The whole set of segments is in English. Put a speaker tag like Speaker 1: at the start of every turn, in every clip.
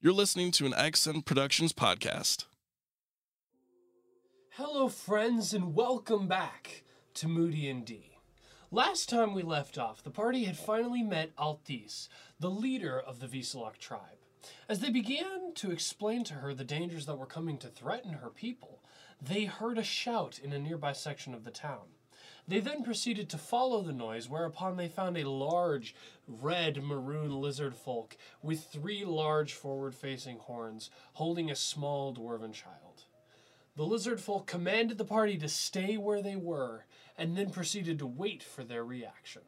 Speaker 1: You're listening to an Accent Productions podcast.
Speaker 2: Hello, friends, and welcome back to Moody and D. Last time we left off, the party had finally met Altis, the leader of the Visalok tribe. As they began to explain to her the dangers that were coming to threaten her people, they heard a shout in a nearby section of the town. They then proceeded to follow the noise, whereupon they found a large red maroon lizard folk with three large forward facing horns holding a small dwarven child. The lizard folk commanded the party to stay where they were and then proceeded to wait for their reaction.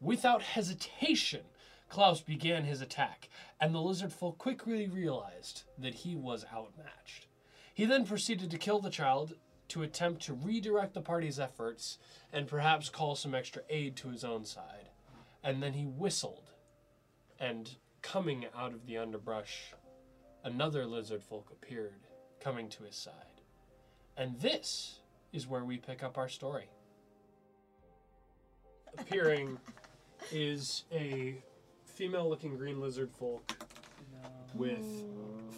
Speaker 2: Without hesitation, Klaus began his attack, and the lizard folk quickly realized that he was outmatched. He then proceeded to kill the child to attempt to redirect the party's efforts and perhaps call some extra aid to his own side. And then he whistled, and coming out of the underbrush, another lizard folk appeared, coming to his side. And this is where we pick up our story. Appearing is a female looking green lizard folk with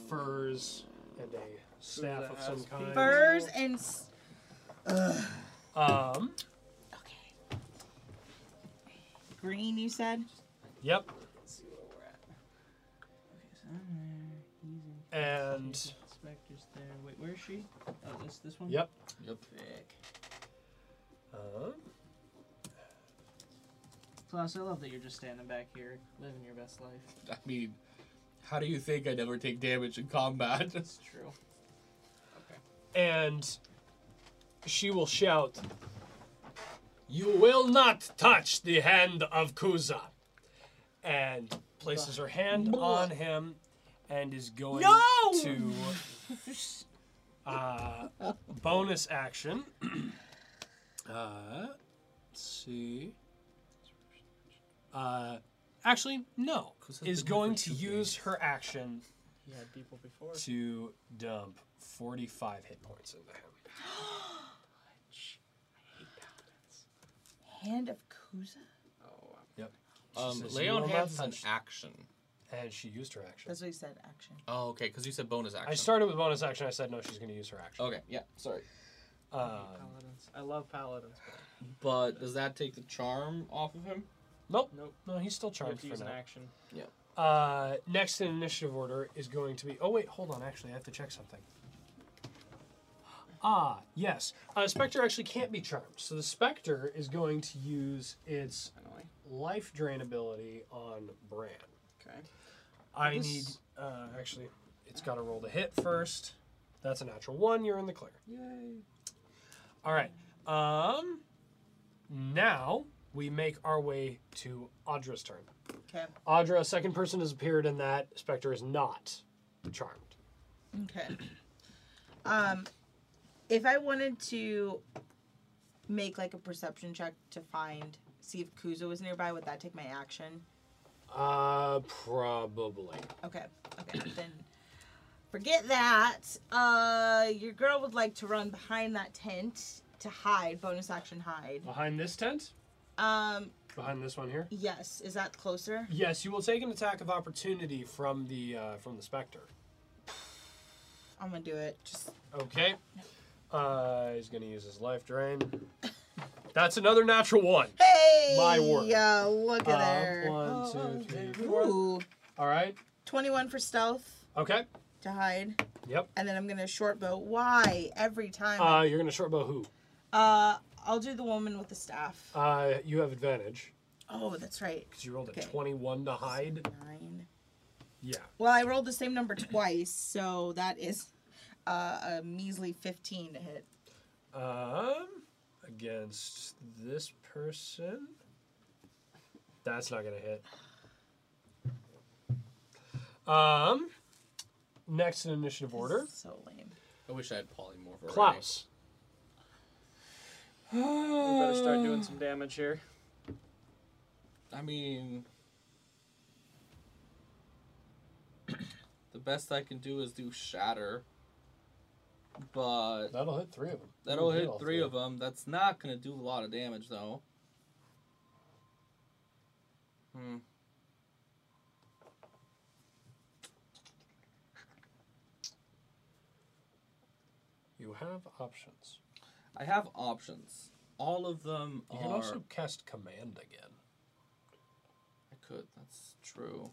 Speaker 2: furs and a staff of some kind.
Speaker 3: Furs and s-
Speaker 2: Um,
Speaker 3: okay. Green, you said.
Speaker 2: yep. And
Speaker 3: Inspector's there. Wait, where is she? Oh, this this one.
Speaker 2: yep.
Speaker 3: Frick.
Speaker 2: Uh,
Speaker 3: Klaus, I love that you're just standing back here, living your best life.
Speaker 4: I mean, how do you think I never take damage in combat?
Speaker 3: That's true.
Speaker 2: and she will shout, You will not touch the hand of Kuza. And places her hand on him and is going
Speaker 3: No!
Speaker 2: to uh, bonus action. uh, let's see. Uh, actually, no.
Speaker 4: Kuza's been
Speaker 2: Is
Speaker 4: here
Speaker 2: going
Speaker 4: for
Speaker 2: to
Speaker 4: two
Speaker 2: use
Speaker 4: days.
Speaker 2: her action
Speaker 3: You had people before.
Speaker 2: to dump 45 hit points into him.
Speaker 3: Hand of Kuza. Oh,
Speaker 2: Yep.
Speaker 4: Um,
Speaker 2: says
Speaker 4: lay
Speaker 2: you
Speaker 4: on
Speaker 2: will
Speaker 4: hands is
Speaker 2: not
Speaker 4: an
Speaker 2: touch-
Speaker 4: action.
Speaker 2: And she used her action.
Speaker 3: That's what he said. Action.
Speaker 4: Oh, okay, because you said bonus action.
Speaker 2: I started with bonus action. I said no, she's going to use her action.
Speaker 4: Okay, yeah, sorry.
Speaker 2: Um,
Speaker 5: Paladins. I love paladins. But
Speaker 4: But does that take the charm off of him?
Speaker 2: nope.
Speaker 5: Nope.
Speaker 2: No, he's still
Speaker 5: you
Speaker 2: charmed
Speaker 5: have to
Speaker 2: for
Speaker 5: use an
Speaker 2: now.
Speaker 5: action.
Speaker 2: Uh, next in initiative order is going to be. Oh, wait, hold on. Actually, I have to check something. Ah, yes. Uh, Spectre actually can't be charmed. So the Spectre is going to use its
Speaker 5: Finally.
Speaker 2: life drain ability on Bran.
Speaker 5: Okay.
Speaker 2: I
Speaker 4: This-
Speaker 2: need. Uh, actually, it's got to roll to hit first. That's a natural one. You're in the clear.
Speaker 5: Yay.
Speaker 2: All right. Um, now we make our way to Audra's turn.
Speaker 3: Okay.
Speaker 2: Audra, second person has appeared in that. Spectre is not charmed.
Speaker 3: Okay. Um, if I wanted to make like a perception check to find, see if Kuza was nearby, would that take my action?
Speaker 2: Uh, probably.
Speaker 3: Okay. Okay. then forget that. Uh, your girl would like to run behind that tent to hide. Bonus action hide.
Speaker 2: Behind this tent?
Speaker 3: Um.
Speaker 2: Behind this one here?
Speaker 3: Yes. Is that closer?
Speaker 2: Yes, you will take an attack of opportunity from the uh, from the Spectre.
Speaker 3: I'm gonna do it. Just
Speaker 2: Okay. Uh, he's gonna use his life drain. That's another natural one.
Speaker 3: hey.
Speaker 2: My word.
Speaker 3: Yeah. Look at
Speaker 2: Uh,
Speaker 3: her.
Speaker 2: one, two, three, four.
Speaker 3: Ooh.
Speaker 2: All right.
Speaker 3: Twenty-one for stealth
Speaker 2: Okay.
Speaker 3: to hide.
Speaker 2: Yep.
Speaker 3: And then I'm gonna short bow. Why every time?
Speaker 2: Uh, you're gonna short bow who?
Speaker 3: Uh, I'll do the woman with the staff.
Speaker 2: Uh, you have advantage
Speaker 3: Oh, that's right.
Speaker 2: because you rolled a
Speaker 3: Okay.
Speaker 2: 21 to hide.
Speaker 3: Nine.
Speaker 2: Yeah.
Speaker 3: Well, I rolled the same number twice, so that is uh, a measly 15 to hit.
Speaker 2: Um, against this person, that's not gonna hit. Um, next in initiative order,
Speaker 3: So lame.
Speaker 4: I wish I had polymorph. already.
Speaker 2: Klaus.
Speaker 5: We better start doing some damage here.
Speaker 4: I mean, the best I can do is do shatter. But
Speaker 2: That'll hit three of them.
Speaker 4: that'll hit three of them. That's not gonna do a lot of damage though. Hmm.
Speaker 2: You have options.
Speaker 4: I have options. All of them
Speaker 2: You
Speaker 4: are.
Speaker 2: can also cast command again.
Speaker 4: I could. That's true.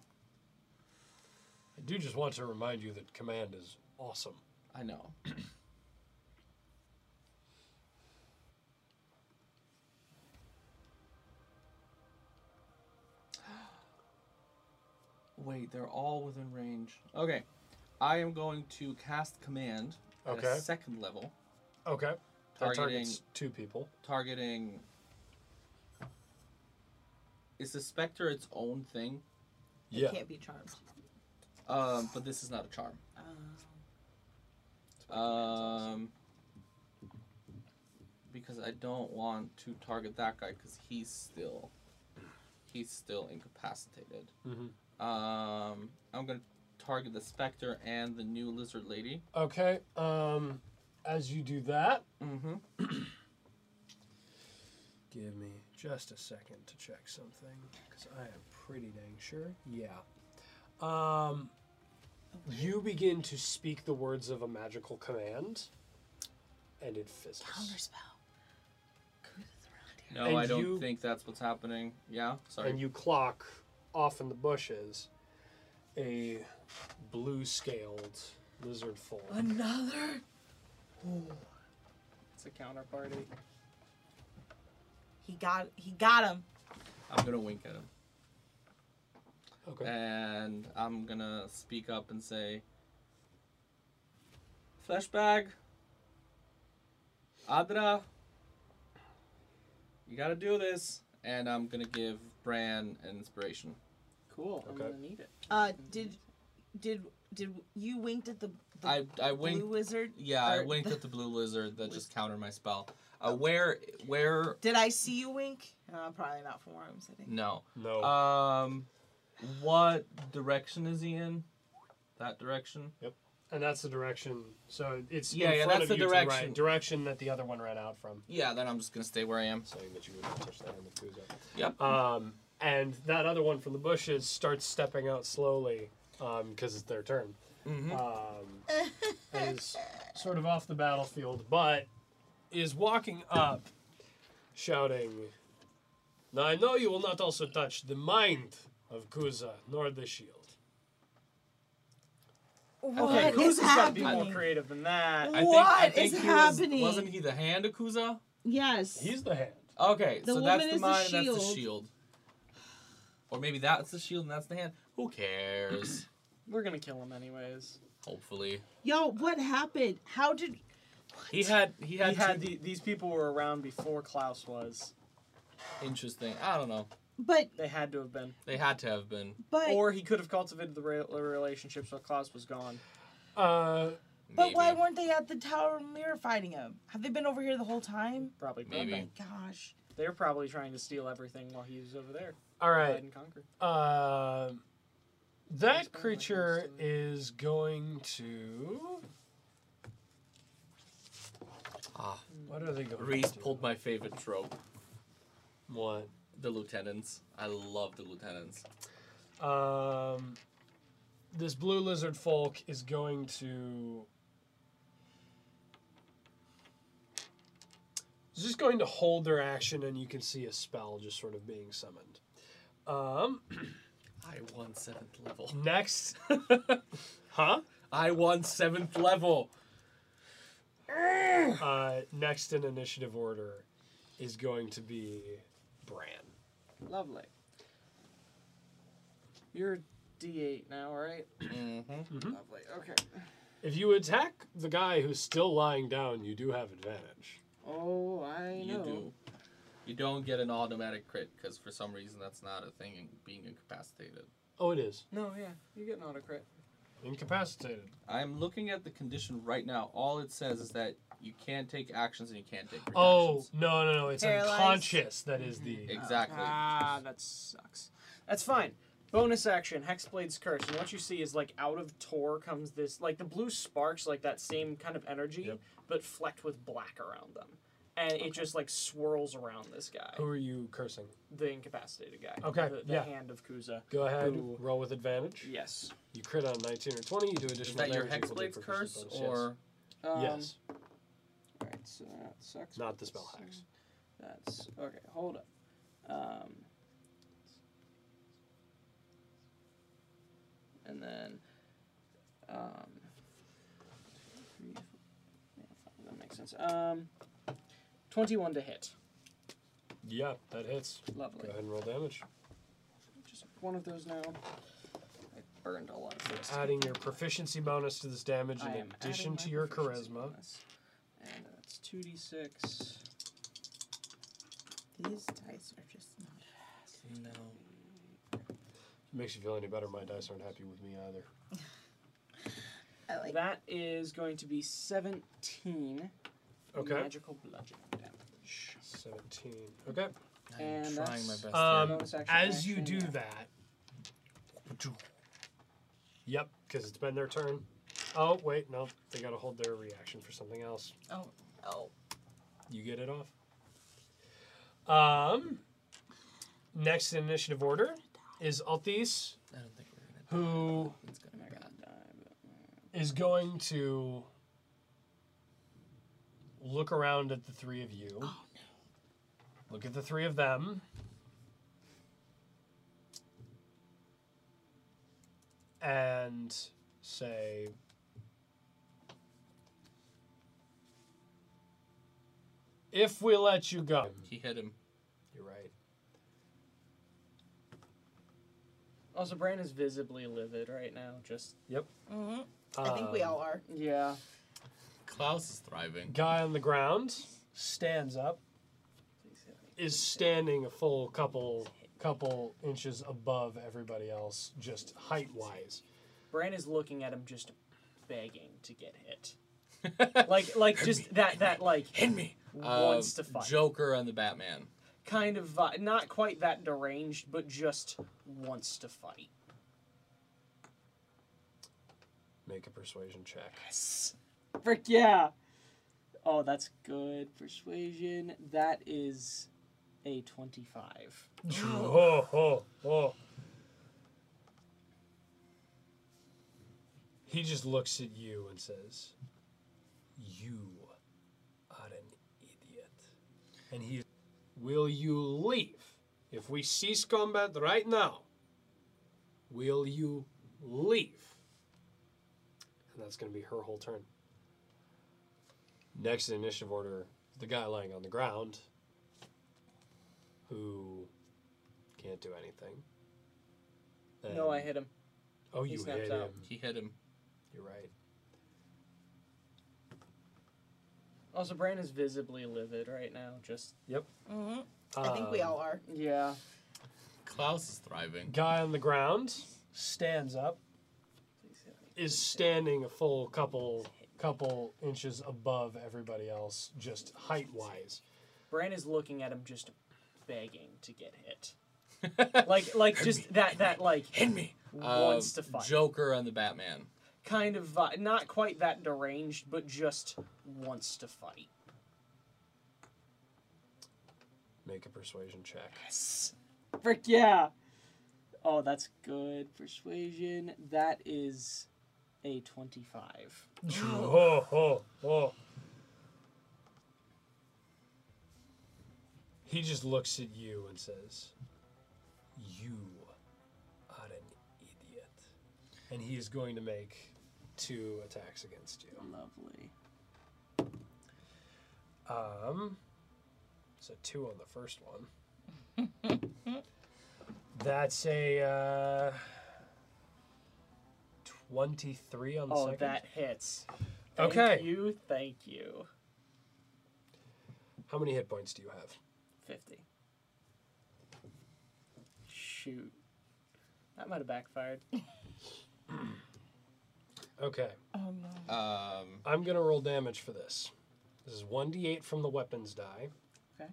Speaker 2: I do just want to remind you that command is awesome.
Speaker 4: I know. Wait, they're all within range. Okay, I am going to cast command at
Speaker 2: Okay.
Speaker 4: a second level,
Speaker 2: Okay. That
Speaker 4: Targeting-
Speaker 2: targets two people.
Speaker 4: targeting. Is the specter its own thing?
Speaker 3: It can't be charmed.
Speaker 4: Um, but this is not a charm.
Speaker 3: Um,
Speaker 4: Um, because I don't want to target that guy because he's still, he's still incapacitated.
Speaker 2: Mhm.
Speaker 4: Um, I'm gonna target the specter and the new lizard lady.
Speaker 2: Okay. Um, as you do that,
Speaker 4: Mm-hmm.
Speaker 2: give me just a second to check something because I am pretty dang sure. Yeah. Um, you begin to speak the words of a magical command, and it fizzles.
Speaker 3: Counterspell. Coup de the
Speaker 4: No,
Speaker 2: And
Speaker 4: I don't
Speaker 2: you-
Speaker 4: think that's what's happening. Yeah, sorry.
Speaker 2: and you clock off in the bushes a blue scaled lizard foal.
Speaker 3: Rhonda. Another.
Speaker 5: It's a counterparty.
Speaker 3: He got. He got him.
Speaker 4: I'm gonna wink at him
Speaker 2: Okay.
Speaker 4: and I'm gonna speak up and say, "Fleshbag, Adra, you gotta do this." And I'm gonna give Bran an inspiration.
Speaker 5: Cool. I'm
Speaker 2: Okay.
Speaker 5: gonna need it.
Speaker 3: Uh, did, did, did you winked at the, the
Speaker 4: I I
Speaker 3: blue
Speaker 4: winked.
Speaker 3: wizard?
Speaker 4: Yeah, I
Speaker 3: or
Speaker 4: winked
Speaker 3: the-
Speaker 4: at the blue lizard that just countered my spell. Uh, where where
Speaker 3: Did I see you wink? Uh, probably not from where I'm sitting.
Speaker 4: no.
Speaker 2: No.
Speaker 4: Um, what direction is he in? That direction.
Speaker 2: and that's the direction. So it's
Speaker 4: Yeah,
Speaker 2: in
Speaker 4: yeah,
Speaker 2: front
Speaker 4: that's
Speaker 2: of
Speaker 4: the
Speaker 2: you to right,
Speaker 4: direction.
Speaker 2: direction that the other one ran out from,
Speaker 4: Yeah, then I'm just gonna stay where I am.
Speaker 2: saying that you would not touch that one with Kuzo.
Speaker 4: Yep.
Speaker 2: Um, and that other one from the bushes starts stepping out slowly because it's their turn.
Speaker 4: Mhm.
Speaker 2: Um, and is sort of off the battlefield, but is walking up, shouting, Now I know you will not also touch the mind of Kuza nor the shield.
Speaker 3: What
Speaker 4: Okay,
Speaker 3: is
Speaker 5: Who's gotta be more
Speaker 3: happening?
Speaker 5: creative than that?
Speaker 4: I think,
Speaker 3: What
Speaker 4: I
Speaker 3: is
Speaker 4: think he
Speaker 3: happening?
Speaker 4: Was, wasn't he the hand of Kuza?
Speaker 3: Yes.
Speaker 2: He's the hand.
Speaker 4: Okay,
Speaker 3: The
Speaker 4: so that's
Speaker 3: woman is
Speaker 4: the
Speaker 3: the
Speaker 4: mind, and that's the
Speaker 3: shield.
Speaker 4: shield. Or maybe that's the shield and that's the hand. Who cares?
Speaker 5: We're gonna kill him anyways.
Speaker 4: Hopefully,
Speaker 3: Yo, what happened? How did?
Speaker 4: he had he had,
Speaker 5: He had
Speaker 4: two-
Speaker 5: the, these people were around before Klaus was.
Speaker 4: interesting. I don't know.
Speaker 3: But
Speaker 5: They had to have been.
Speaker 4: They had to have been.
Speaker 3: but
Speaker 5: Or he could have cultivated the re- relationships while Klaus was gone.
Speaker 2: Uh,
Speaker 3: but
Speaker 4: Maybe.
Speaker 3: why weren't they at the Tower of Mirror fighting him? Have they been over here the whole time?
Speaker 5: Probably.
Speaker 4: Maybe.
Speaker 5: Maybe.
Speaker 3: Gosh.
Speaker 5: They were probably trying to steal everything while he was over there.
Speaker 2: all
Speaker 5: Divide
Speaker 2: right.
Speaker 5: and conquer.
Speaker 2: Um, that
Speaker 5: Sounds like
Speaker 2: creature
Speaker 5: he's doing-
Speaker 2: is going to.
Speaker 4: Ah.
Speaker 2: What are they going
Speaker 4: Reese
Speaker 2: to? do?
Speaker 4: pulled my favorite trope:
Speaker 2: What?
Speaker 4: the lieutenants. I love the lieutenants.
Speaker 2: Um, this blue lizard folk is going to. It's just going to hold their action, and you can see a spell just sort of being summoned. Um,
Speaker 4: I won seventh level.
Speaker 2: next, huh?
Speaker 4: I won seventh level.
Speaker 2: Uh, next in initiative order is going to be Bran.
Speaker 5: Lovely. You're D8 now, right?
Speaker 4: Mhm.
Speaker 5: Lovely. Okay.
Speaker 2: If you attack the guy who's still lying down, you do have advantage.
Speaker 5: Oh, I
Speaker 4: You do. You don't get an automatic crit because for some reason that's not a thing in being incapacitated.
Speaker 2: Oh, it is
Speaker 5: No, yeah, you get an auto crit.
Speaker 2: incapacitated.
Speaker 4: I'm looking at the condition right now. All it says is that you can't take actions and you can't take
Speaker 2: Oh
Speaker 4: reactions.
Speaker 2: no no no! It's
Speaker 3: Paralyzed?
Speaker 2: unconscious. That is the
Speaker 4: Exactly.
Speaker 5: Ah, that sucks. That's fine. Bonus action, Hexblade's Curse. And what you see is like out of Tor comes this, like the blue sparks, like that same kind of energy,
Speaker 2: Yep.
Speaker 5: but flecked with black around them. And it just like swirls around this guy,
Speaker 2: Who are you cursing?
Speaker 5: the incapacitated guy.
Speaker 2: Okay,
Speaker 5: The, the
Speaker 2: yeah.
Speaker 5: hand of Kuza.
Speaker 2: Go ahead.
Speaker 5: Ooh.
Speaker 2: Roll with advantage.
Speaker 5: Yes.
Speaker 2: You crit on 19 or 20. You do
Speaker 4: Is
Speaker 2: additional
Speaker 4: that your
Speaker 2: damage equal to
Speaker 4: Hexblade's
Speaker 2: proficiency
Speaker 4: curse
Speaker 2: bonus.
Speaker 4: or
Speaker 5: Um,
Speaker 2: yes? yes.
Speaker 5: That's that sucks.
Speaker 2: Not the spell hacks.
Speaker 5: That's okay. Hold up. Um, and then, um, three, four, yeah, five, that makes sense. Um, twenty-one to hit.
Speaker 2: Yeah, that hits.
Speaker 5: Lovely.
Speaker 2: Go ahead and roll damage.
Speaker 5: Just one of those now. I burned a lot of those.
Speaker 2: Adding your proficiency bonus to this damage
Speaker 5: I
Speaker 2: in
Speaker 5: am
Speaker 2: addition
Speaker 5: adding
Speaker 2: to
Speaker 5: my
Speaker 2: your
Speaker 5: proficiency
Speaker 2: charisma.
Speaker 5: bonus. And that's two d six.
Speaker 3: These dice are just not.
Speaker 5: No.
Speaker 2: Makes you feel any better? My dice aren't happy with me either.
Speaker 3: I like
Speaker 5: That is going to be seventeen
Speaker 2: Okay.
Speaker 5: magical bludgeon damage.
Speaker 2: Seventeen. Okay.
Speaker 6: I'm
Speaker 5: And
Speaker 6: trying my
Speaker 5: that's-
Speaker 6: best. here.
Speaker 2: Um,
Speaker 5: Bonus action,
Speaker 2: as you
Speaker 5: action,
Speaker 2: do
Speaker 5: yeah.
Speaker 2: that. Yep, because it's been their turn. Oh wait, no, they gotta hold their reaction for something else.
Speaker 3: Oh, oh.
Speaker 2: You get it off. Um. Next in initiative order is Altis,
Speaker 6: I don't think we're gonna.
Speaker 2: who
Speaker 6: It's gonna
Speaker 5: I
Speaker 4: Oh
Speaker 6: be
Speaker 5: gotta die, but
Speaker 2: is going to look around at the three of you.
Speaker 3: Oh,
Speaker 2: Look at the three of them. And say, if we let you go.
Speaker 4: He hit him.
Speaker 2: You're right.
Speaker 5: Also, Bran is visibly livid right now. Just
Speaker 3: hmm I think we
Speaker 2: Um,
Speaker 3: all are.
Speaker 5: yeah.
Speaker 4: Klaus is thriving.
Speaker 2: Guy on the ground stands up. is standing a full couple couple inches above everybody else, just height wise.
Speaker 5: Bran is looking at him, just begging to get hit. like, like just that, that like
Speaker 4: Hit me.
Speaker 5: wants to fight.
Speaker 4: Um, Joker on the Batman.
Speaker 5: kind of vi- not quite that deranged, but just wants to fight.
Speaker 2: Make a persuasion check.
Speaker 5: Yes. Frick yeah. Oh, that's good persuasion. That is a twenty-five.
Speaker 2: oh, oh, oh. He just looks at you and says, "You are an idiot." And he, will you leave? If we cease combat right now, will you leave? And that's going to be her whole turn. Next in initiative order, the guy lying on the ground, who can't do anything.
Speaker 5: No, I
Speaker 2: And-
Speaker 5: hit him.
Speaker 2: Oh,
Speaker 5: He
Speaker 2: you
Speaker 5: snaps
Speaker 2: hit
Speaker 5: out.
Speaker 2: him.
Speaker 4: He hit him.
Speaker 2: You're right.
Speaker 5: Also, Bran is visibly livid right now. Just
Speaker 3: hmm I think we
Speaker 2: Um,
Speaker 3: all are.
Speaker 5: yeah.
Speaker 4: Klaus is thriving.
Speaker 2: Guy on the ground stands up, is standing a full couple couple inches above everybody else, just height wise.
Speaker 5: Bran is looking at him, just begging to get hit. like, like just that, that like
Speaker 4: Hit me.
Speaker 5: wants
Speaker 2: Uh,
Speaker 5: to fight.
Speaker 4: Um, Joker on the Batman.
Speaker 5: kind of vi- not quite that deranged, but just wants to fight.
Speaker 2: Make a persuasion check.
Speaker 5: Yes. Frick yeah. Oh, that's good persuasion. That is a twenty-five.
Speaker 2: oh, oh, oh. He just looks at you and says, You are an idiot. And he is going to make two attacks against you.
Speaker 5: Lovely.
Speaker 2: Um, so two on the first one. That's a uh, 23 on the
Speaker 5: Oh,
Speaker 2: second.
Speaker 5: that hits. Thank
Speaker 2: okay.
Speaker 5: You, thank you.
Speaker 2: How many hit points do you have?
Speaker 5: Fifty. Shoot. That might have backfired.
Speaker 2: Okay.
Speaker 3: Oh no.
Speaker 4: Um,
Speaker 2: I'm gonna roll damage for this. This is one d8 from the weapons die.
Speaker 5: Okay.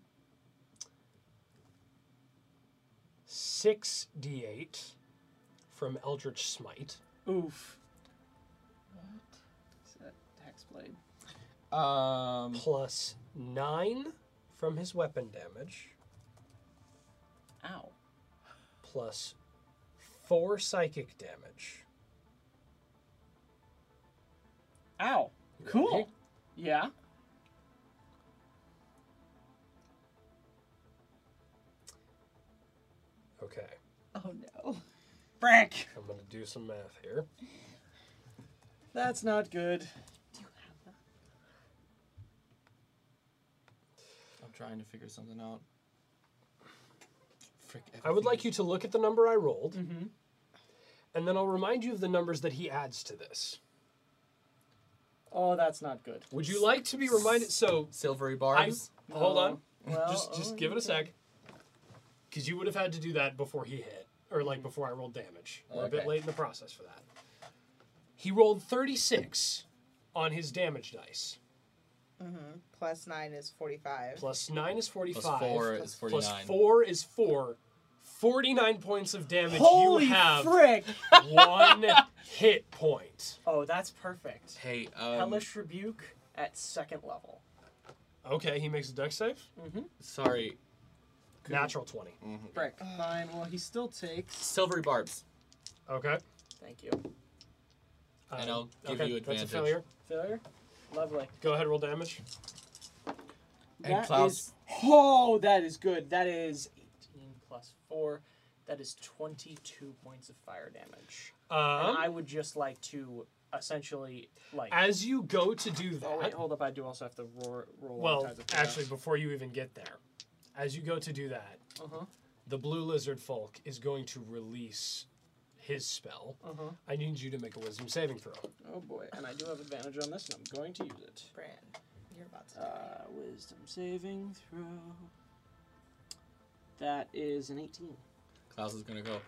Speaker 2: Six d8 from Eldritch Smite.
Speaker 5: Oof. What? Is that hex blade?
Speaker 4: um,
Speaker 2: Plus nine from his weapon damage.
Speaker 5: Ow.
Speaker 2: Plus four psychic damage.
Speaker 5: Ow.
Speaker 2: You
Speaker 5: Cool.
Speaker 2: ready?
Speaker 5: Yeah.
Speaker 3: Oh,
Speaker 5: Frank,
Speaker 2: I'm gonna do some math here.
Speaker 5: that's not good.
Speaker 4: I'm trying to figure something out. Frick,
Speaker 2: I would like you to look at the number I rolled,
Speaker 5: Mhm.
Speaker 2: and then I'll remind you of the numbers that he adds to this.
Speaker 5: Oh, that's not good.
Speaker 2: Would you like to be reminded? So,
Speaker 4: silvery
Speaker 2: I
Speaker 4: barbs.
Speaker 2: hold
Speaker 5: Oh,
Speaker 2: on.
Speaker 5: Well,
Speaker 2: just just give it a sec, because you would have had to do that before he hit, or like before I rolled damage. We're a bit
Speaker 4: Okay.
Speaker 2: late in the process for that. He rolled 36 on his damage dice.
Speaker 3: Plus nine is 45.
Speaker 2: Plus nine is 45.
Speaker 4: Plus four is forty-nine.
Speaker 2: Plus four is four. 49 points of damage.
Speaker 5: Holy
Speaker 2: you have
Speaker 5: frick!
Speaker 2: one hit point.
Speaker 5: Oh, that's perfect.
Speaker 4: Hey, um,
Speaker 5: Hellish rebuke at second level.
Speaker 2: Okay, he makes a deck save.
Speaker 4: sorry,
Speaker 2: Natural 20.
Speaker 5: Frick. Fine. Well, he still takes.
Speaker 4: silvery barbs.
Speaker 2: Okay.
Speaker 5: Thank you.
Speaker 2: Uh,
Speaker 4: And I'll give you
Speaker 2: That's
Speaker 4: advantage.
Speaker 2: a failure.
Speaker 5: Failure. Lovely.
Speaker 2: Go ahead, roll damage.
Speaker 4: And
Speaker 5: That
Speaker 4: Klaus-
Speaker 5: is- oh, that is good. That is 18 plus 4. That is 22 points of fire damage. and
Speaker 2: Um,
Speaker 5: I would just like to essentially, like.
Speaker 2: as you go to do
Speaker 5: oh, wait,
Speaker 2: that,
Speaker 5: hold up. I do also have to roar, roll.
Speaker 2: well,
Speaker 5: times of chaos.
Speaker 2: actually, before you even get there, as you go to do that,
Speaker 5: Uh-huh.
Speaker 2: the blue lizard folk is going to release his spell.
Speaker 5: Uh-huh.
Speaker 2: I need you to make a wisdom saving throw.
Speaker 5: Oh, boy. And I do have advantage on this, and I'm going to use it.
Speaker 3: Brand, you're about to die.
Speaker 5: Uh, wisdom saving throw. That is an 18.
Speaker 4: Klaus is gonna go.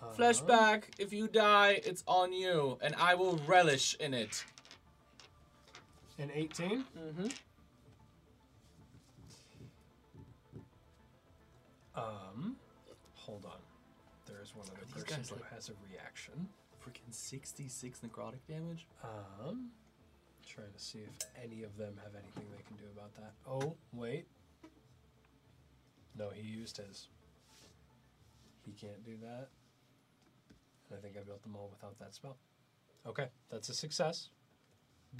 Speaker 2: Uh,
Speaker 4: Flashback. If you die, it's on you, and I will relish in it.
Speaker 2: An 18.
Speaker 5: Mm-hmm.
Speaker 2: Um, hold on. There is one other
Speaker 4: These
Speaker 2: person
Speaker 4: guys
Speaker 2: who
Speaker 4: like-
Speaker 2: has a reaction.
Speaker 4: Freaking sixty-six necrotic damage.
Speaker 2: Um, trying to see if any of them have anything they can do about that. Oh, wait. No, he used his. He can't do that. And I think I built them all without that spell. Okay, that's a success.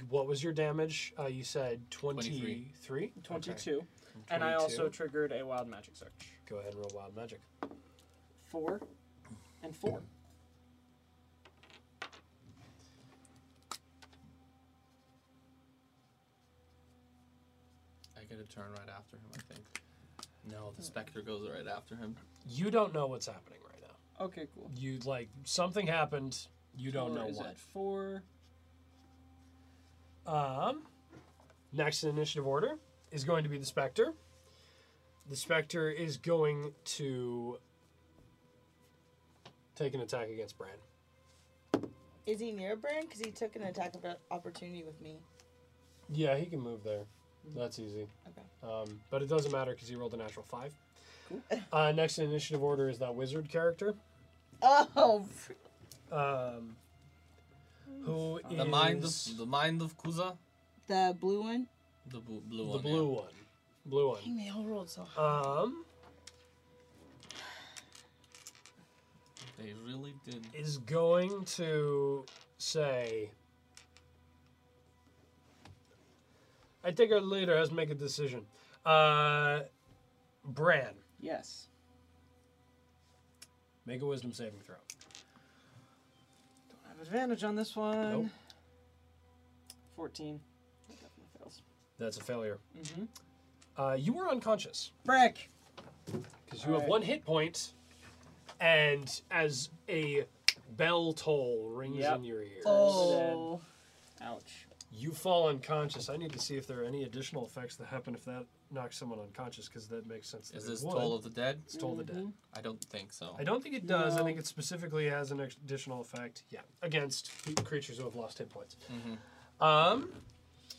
Speaker 2: What was your damage? Uh, you said 23.
Speaker 4: 23.
Speaker 5: 22. And I also triggered a wild magic search.
Speaker 2: Go ahead and roll wild magic.
Speaker 5: Four and four.
Speaker 4: I get a turn right after him, I think. No, the specter goes right after him.
Speaker 2: You don't know what's happening right now.
Speaker 5: Okay, cool.
Speaker 2: You, like, something happened. You don't
Speaker 5: Four
Speaker 2: know
Speaker 5: is
Speaker 2: what.
Speaker 5: at four.
Speaker 2: Um, next in initiative order is going to be the Spectre. The Spectre is going to take an attack against Bran.
Speaker 3: Is he near Brand? Because he took an attack of opportunity with me.
Speaker 2: Yeah, he can move there. That's easy.
Speaker 3: Okay.
Speaker 2: Um, but it doesn't matter because he rolled a natural five.
Speaker 5: Cool.
Speaker 2: Uh, next in initiative order is that wizard character,
Speaker 3: Oh, fr-
Speaker 2: um, who
Speaker 4: The mind
Speaker 2: is
Speaker 4: of the mind of Kuza,
Speaker 3: the blue one?
Speaker 4: the blue, blue
Speaker 2: the
Speaker 4: one. yeah.
Speaker 2: blue one, blue one.
Speaker 3: Dang, they all rolled so high.
Speaker 2: Um,
Speaker 4: They really did.
Speaker 2: is going to say, I think our leader has to make a decision. Uh, Bran,
Speaker 5: Yes.
Speaker 2: make a wisdom saving throw.
Speaker 5: I have advantage on this one.
Speaker 2: Nope.
Speaker 5: 14. That definitely fails.
Speaker 2: That's a failure.
Speaker 5: Mm-hmm.
Speaker 2: Uh, you were unconscious
Speaker 5: Frick!
Speaker 2: because you have
Speaker 5: Alright.
Speaker 2: one hit point, and as a bell toll rings
Speaker 5: Yep.
Speaker 2: in your ear,
Speaker 3: Oh.
Speaker 5: Ouch.
Speaker 2: you fall unconscious. I need to see if there are any additional effects that happen if that knocks someone unconscious because that makes sense. that
Speaker 4: Is
Speaker 2: it
Speaker 4: this Mm-hmm.
Speaker 2: would.
Speaker 4: toll of the dead?
Speaker 2: It's toll of the dead.
Speaker 4: I don't think so.
Speaker 2: I don't think it does. I
Speaker 5: No.
Speaker 2: think it specifically has an ex- additional effect. Yeah, against creatures who have lost hit points.
Speaker 4: Mm-hmm.
Speaker 2: Um,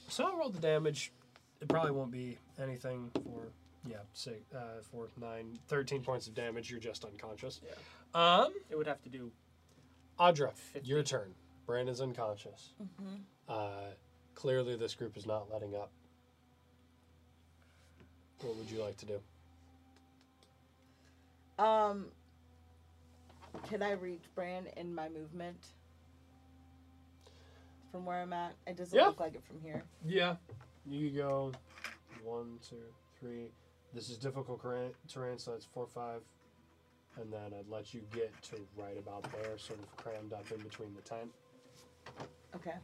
Speaker 2: so I'll roll the damage. It probably won't be anything for yeah six, uh, four, nine, 13 points of damage. You're just unconscious.
Speaker 5: Yeah.
Speaker 2: Um,
Speaker 5: It would have to do.
Speaker 2: Audra,
Speaker 5: Fifty.
Speaker 2: your turn. Brandon's unconscious. Uh, clearly, this group is not letting up. What would you like to do?
Speaker 3: Um, can I reach Bran in my movement? From where I'm at, it doesn't
Speaker 2: Yeah.
Speaker 3: look like it from here.
Speaker 2: Yeah. You go one, two, three. This is difficult terrain, terrain so it's four, five. and then I'd let you get to right about there, sort of crammed up in between the tent.
Speaker 3: Okay.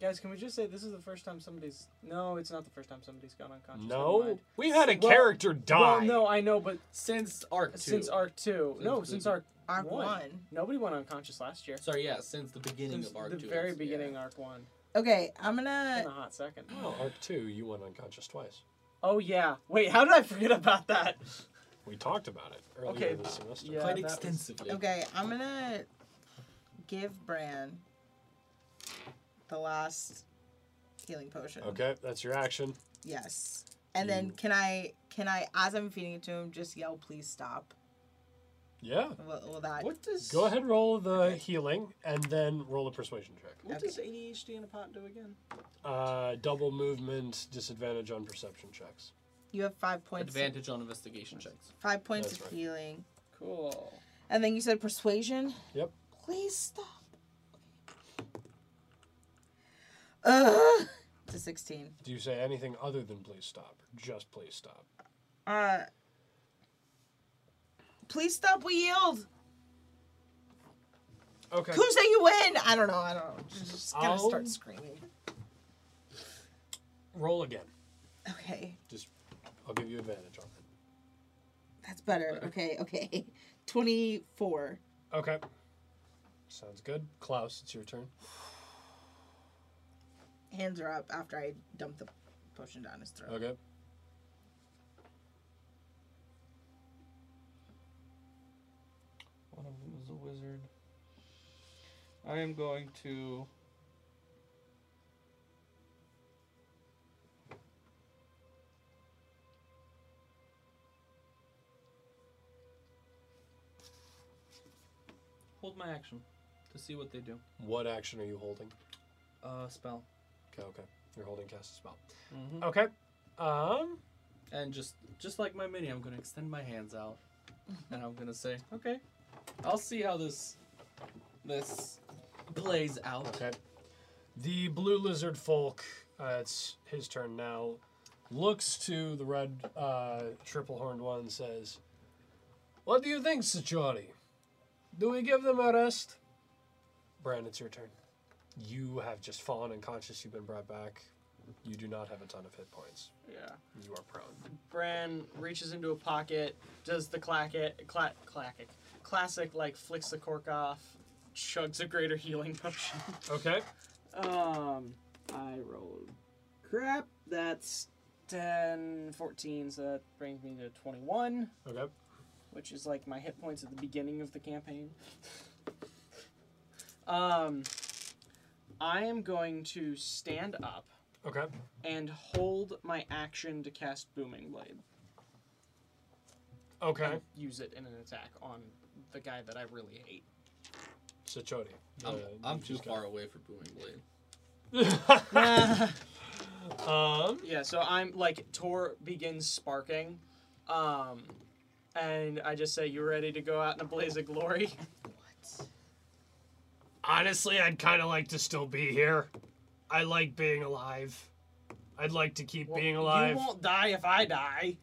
Speaker 5: Guys, can we just say this is the first time somebody's? No, it's not the first time somebody's gone unconscious. never
Speaker 2: No,
Speaker 5: mind.
Speaker 2: we've had a
Speaker 5: Well-
Speaker 2: character die.
Speaker 5: Well, no, I know, but
Speaker 4: Since arc two.
Speaker 5: since arc two, no,
Speaker 4: Since
Speaker 5: since
Speaker 4: the-
Speaker 5: arc
Speaker 3: Arc
Speaker 5: one.
Speaker 3: one.
Speaker 5: nobody went unconscious last year.
Speaker 4: Sorry, yeah, since the beginning
Speaker 5: Since
Speaker 4: of arc
Speaker 5: the
Speaker 4: two.
Speaker 5: very
Speaker 4: it's-
Speaker 5: beginning,
Speaker 4: yeah.
Speaker 5: arc one,
Speaker 3: Okay, I'm
Speaker 5: in
Speaker 3: gonna.
Speaker 5: a hot second.
Speaker 2: Oh, Arc Two, you went unconscious twice.
Speaker 5: Oh yeah, wait, how did I forget about that?
Speaker 2: We talked about it earlier
Speaker 5: Okay,
Speaker 2: this semester.
Speaker 5: yeah.
Speaker 4: Quite
Speaker 5: that was-
Speaker 4: extensively.
Speaker 3: Okay, I'm gonna give Bran the last healing potion.
Speaker 2: Okay, that's your action.
Speaker 3: Yes. And then can I can I as I'm feeding it to him just yell please stop?
Speaker 2: Yeah.
Speaker 3: Will, will that
Speaker 4: What does
Speaker 2: Go ahead, roll the healing, and then roll a persuasion check.
Speaker 4: What
Speaker 3: Okay.
Speaker 4: does ADHD in a pot do again?
Speaker 2: Uh, double movement, disadvantage on perception checks.
Speaker 3: you have five points
Speaker 4: Advantage on investigation checks.
Speaker 3: five points
Speaker 2: That's
Speaker 3: of
Speaker 2: right.
Speaker 3: healing.
Speaker 5: Cool.
Speaker 3: And then you said persuasion?
Speaker 2: Yep.
Speaker 3: Please stop. Ugh. To sixteen.
Speaker 2: Do you say anything other than please stop? Just please stop.
Speaker 3: Uh please stop, we yield.
Speaker 2: Okay.
Speaker 3: Who say you win? I don't know, I don't know. Just, just gonna
Speaker 2: I'll-
Speaker 3: start screaming.
Speaker 2: Roll again.
Speaker 3: Okay.
Speaker 2: Just, I'll give you advantage on it.
Speaker 3: That's better. Okay, okay. 24.
Speaker 2: Okay. Sounds good. Klaus, it's your turn.
Speaker 3: Hands are up after I dump the potion down his throat.
Speaker 2: Okay.
Speaker 4: One of them is a wizard. I am going to. Hold my action to see what they do.
Speaker 2: What action are you holding?
Speaker 4: Uh, spell.
Speaker 2: Okay, okay. You're holding cast a spell.
Speaker 4: Mhm.
Speaker 2: Okay. Um.
Speaker 4: And just just like my mini, I'm gonna extend my hands out, and I'm gonna say, "Okay, I'll see how this this plays out."
Speaker 2: Okay. The blue lizard folk, uh, it's his turn now, looks to the red uh, triple horned one and says, What do you think, Sichori? Do we give them a rest? Bran, it's your turn. You have just fallen unconscious. You've been brought back. You do not have a ton of hit points.
Speaker 5: Yeah.
Speaker 2: You are prone.
Speaker 5: Bran reaches into a pocket, does the clack it, clack, clack it, classic like flicks the cork off, chugs a greater healing potion.
Speaker 2: Okay.
Speaker 5: Um, I rolled crap. That's 10, 14, so that brings me to 21,
Speaker 2: Okay.
Speaker 5: which is like my hit points at the beginning of the campaign. um, I am going to stand up
Speaker 2: Okay.
Speaker 5: and hold my action to cast Booming Blade.
Speaker 2: Okay.
Speaker 5: and use it in an attack on the guy that I really hate.
Speaker 2: Sichori.
Speaker 4: I'm,
Speaker 2: uh,
Speaker 4: I'm
Speaker 2: you
Speaker 4: too
Speaker 2: just
Speaker 4: far away for booming blade.
Speaker 2: got- um.
Speaker 5: Yeah, so I'm like Tor begins sparking, um, and I just say, "You ready to go out in a blaze of glory?"
Speaker 3: What?
Speaker 2: Honestly, I'd kind of like to still be here. I like being alive. I'd like to keep being
Speaker 5: Well,
Speaker 2: alive,
Speaker 5: You won't die if I die.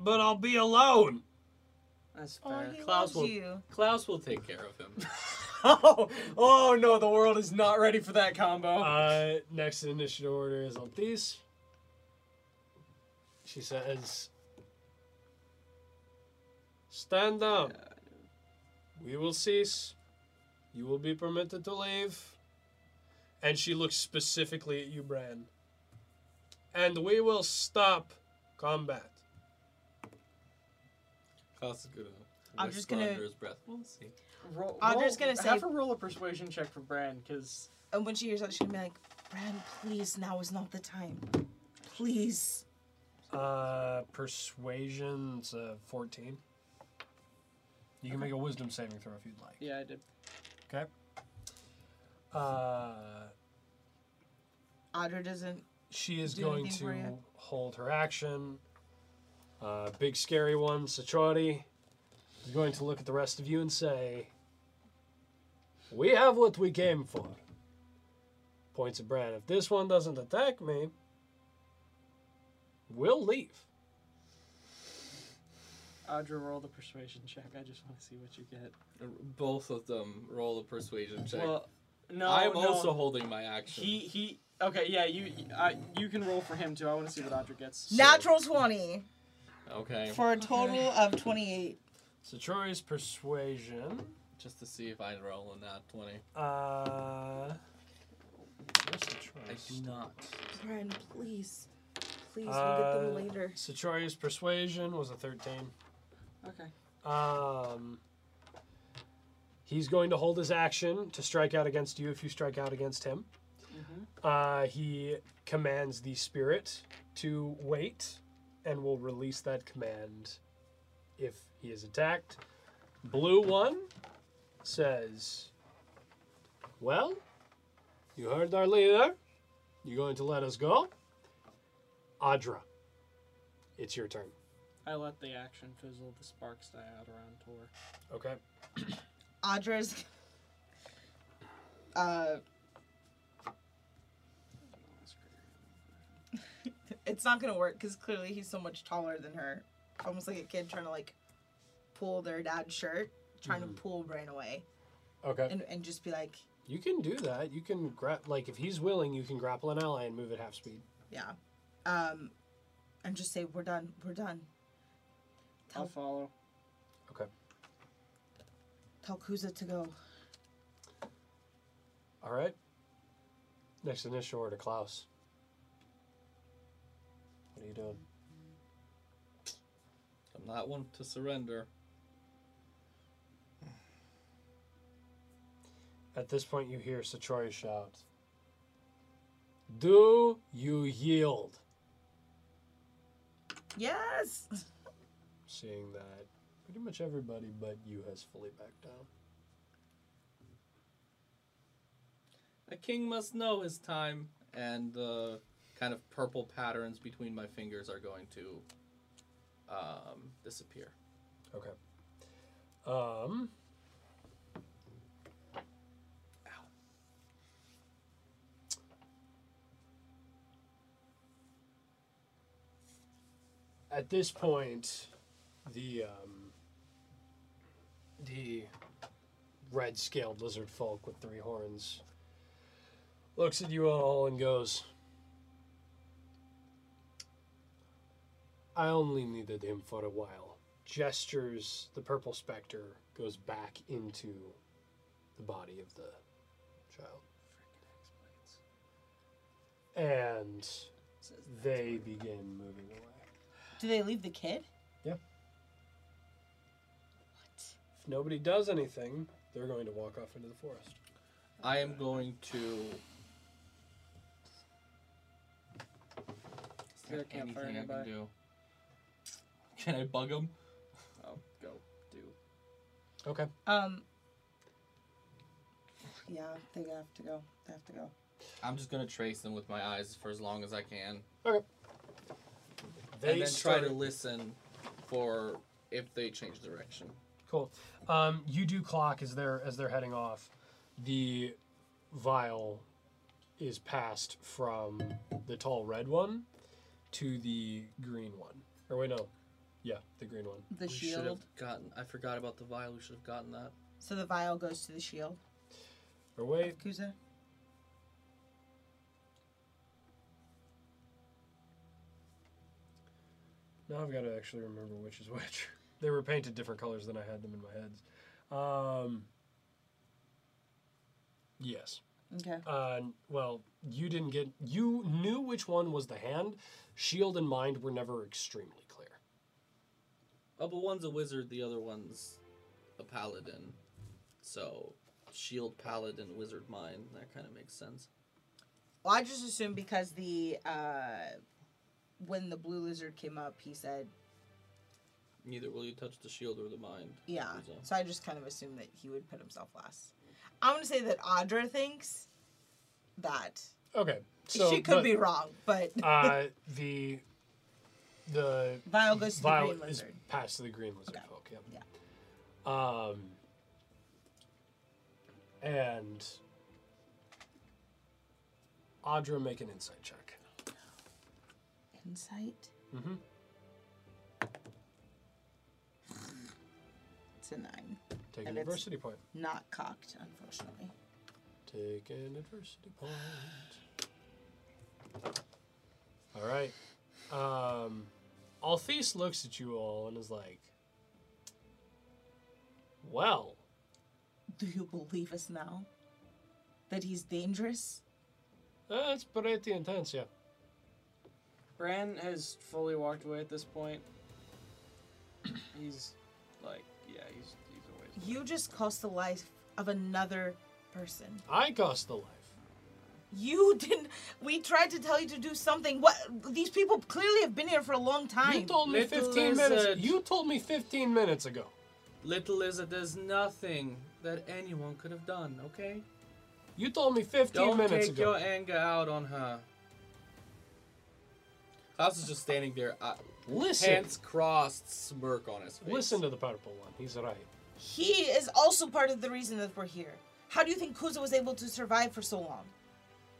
Speaker 2: but I'll be alone.
Speaker 5: That's
Speaker 3: Oh,
Speaker 5: fair.
Speaker 3: he
Speaker 4: Klaus
Speaker 3: loves
Speaker 4: will-
Speaker 3: you.
Speaker 4: Klaus will take care of him.
Speaker 5: Oh, oh no, the world is not ready for that combo.
Speaker 2: Uh, next in initiative order is Altis. She says, "Stand up. We will cease. You will be permitted to leave." And she looks specifically at you, Bran. And we will stop combat.
Speaker 4: Klaus is gonna.
Speaker 3: I'm
Speaker 4: whisper
Speaker 3: just gonna-
Speaker 4: Under his breath. We'll see.
Speaker 5: roll,
Speaker 3: I'm
Speaker 5: roll-
Speaker 3: just gonna say-
Speaker 5: have a roll a persuasion check for Bran, because
Speaker 3: And when she hears that, she's gonna be like, Bran, please, now is not the time. Please.
Speaker 2: Uh, persuasion. It's a fourteen. You can make a wisdom saving throw if you'd like.
Speaker 5: yeah, I did.
Speaker 2: Okay. Uh,
Speaker 3: Audra doesn't.
Speaker 2: she is
Speaker 3: Do
Speaker 2: going
Speaker 3: anything
Speaker 2: to
Speaker 3: for you?
Speaker 2: hold her action. Uh, big scary one, Sachori, is going to look at the rest of you and say, "We have what we came for." Points at Bran. If this one doesn't attack me, will leave.
Speaker 5: Audra, roll the persuasion check. I just want to see what you get.
Speaker 4: Both of them roll a persuasion check.
Speaker 5: Well, no,
Speaker 4: I'm
Speaker 5: no.
Speaker 4: also holding my action.
Speaker 5: He he. Okay, yeah, you uh, you can roll for him too. I want to see what Audra gets.
Speaker 3: Natural 20
Speaker 4: okay.
Speaker 3: for a total of 28.
Speaker 2: So Troy's persuasion.
Speaker 4: Just to see if I roll a not 20.
Speaker 2: Uh, where's the
Speaker 4: I
Speaker 2: Troy's?
Speaker 4: do not.
Speaker 3: Brian, please. Please,
Speaker 2: Uh,
Speaker 3: we'll get them later.
Speaker 2: So Troy's persuasion was a 13.
Speaker 5: Okay.
Speaker 2: Um, he's going to hold his action to strike out against you if you strike out against him. Uh, he commands the spirit to wait and will release that command if he is attacked. Blue one says, Well, you heard our leader. You going to let us go? Adra, it's your turn.
Speaker 5: I let the action fizzle. The sparks die out around Tor.
Speaker 2: Okay.
Speaker 3: Audra's. Uh, it's not gonna work because clearly he's so much taller than her. Almost like a kid trying to like pull their dad's shirt, trying to pull Brain away,
Speaker 2: Okay.
Speaker 3: and, and just be like,
Speaker 2: You can do that. You can gra- like if he's willing, you can grapple an ally and move at half speed.
Speaker 3: yeah, um, and just say we're done, we're done.
Speaker 5: I'll
Speaker 3: Tell
Speaker 5: follow.
Speaker 2: Okay.
Speaker 3: tell Kuza to go.
Speaker 2: All right. Next initial order, Klaus. What are you doing?
Speaker 4: I'm not one to surrender.
Speaker 2: At this point, you hear Satori shout, "Do you yield?"
Speaker 3: Yes.
Speaker 2: Seeing that pretty much everybody but you has fully backed down.
Speaker 4: A king must know his time, and uh, kind of purple patterns between my fingers are going to um, disappear.
Speaker 2: Okay. Um. At this point, the um, the red-scaled lizard folk with three horns looks at you all and goes, "I only needed him for a while." gestures, the purple specter goes back into the body of the child. And they begin moving away.
Speaker 3: Do they leave the kid?
Speaker 2: If nobody does anything, they're going to walk off into the forest.
Speaker 4: I am going to.
Speaker 5: Is there a campfire nearby?
Speaker 4: do? Can I bug him?
Speaker 5: I'll go do.
Speaker 2: Okay.
Speaker 3: Um. Yeah, they have to go. They have to go.
Speaker 4: I'm just gonna trace them with my eyes for as long as I can,
Speaker 2: They
Speaker 4: and then
Speaker 2: start
Speaker 4: try to listen for if they change direction.
Speaker 2: Cool. Um, you do clock as they're as they're heading off. The vial is passed from the tall red one to the green one. Or wait, no. Yeah, the green one.
Speaker 3: The
Speaker 4: we should
Speaker 3: shield.
Speaker 4: have gotten. I forgot about the vial. We should have gotten that.
Speaker 3: So the vial goes to the shield.
Speaker 2: Or wait,
Speaker 3: Kuza.
Speaker 2: Now I've got to actually remember which is which. They were painted different colors than I had them in my heads. Um, yes.
Speaker 3: Okay.
Speaker 2: Uh, well, you didn't get. You knew which one was the hand. Shield and mind were never extremely clear.
Speaker 4: Oh, but one's a wizard, the other one's a paladin. So, shield, paladin, wizard, mind. That kind of makes sense.
Speaker 3: Well, I just assumed because the uh, when the blue lizard came up, he said,
Speaker 4: Neither will you touch the shield or the mind.
Speaker 3: "Yeah."
Speaker 4: So-
Speaker 3: So I just kind of assumed that he would put himself last. I'm gonna say that Audra thinks that
Speaker 2: Okay. So
Speaker 3: she could
Speaker 2: but,
Speaker 3: be wrong, but
Speaker 2: uh, the the
Speaker 3: vial goes to the
Speaker 2: Violet
Speaker 3: green
Speaker 2: is
Speaker 3: lizard.
Speaker 2: passed to the green lizard
Speaker 3: Okay.
Speaker 2: folk. Yep. Um, and Audra, make an insight check. Mm-hmm.
Speaker 3: Insight. It's a nine.
Speaker 2: Take an
Speaker 3: And it's-
Speaker 2: adversity point.
Speaker 3: Not cocked, unfortunately.
Speaker 2: Take an adversity point. All right. Um, Althese looks at you all and is like, "Well,
Speaker 3: Do you believe us now? That he's dangerous?
Speaker 2: that's pretty intense, yeah."
Speaker 4: Bran has fully walked away at this point. He's like, yeah, he's he's away.
Speaker 3: You just cost the life of another person.
Speaker 2: I cost the life.
Speaker 3: You didn't. We tried to tell you to do something. What? These people clearly have been here for a long time.
Speaker 2: You told me
Speaker 4: Little
Speaker 2: 15
Speaker 4: lizard.
Speaker 2: minutes. You told me 15 minutes ago.
Speaker 4: Little Lizard, there's nothing that anyone could have done. Okay,
Speaker 2: You told me 15
Speaker 4: don't
Speaker 2: minutes
Speaker 4: take
Speaker 2: ago.
Speaker 4: your anger out on her. Klaus is just standing there, uh,
Speaker 2: listen,
Speaker 4: hands crossed, smirk on his face.
Speaker 2: listen to the purple one. He's right.
Speaker 3: He is also part of the reason that we're here. How do you think Kuza was able to survive for so long?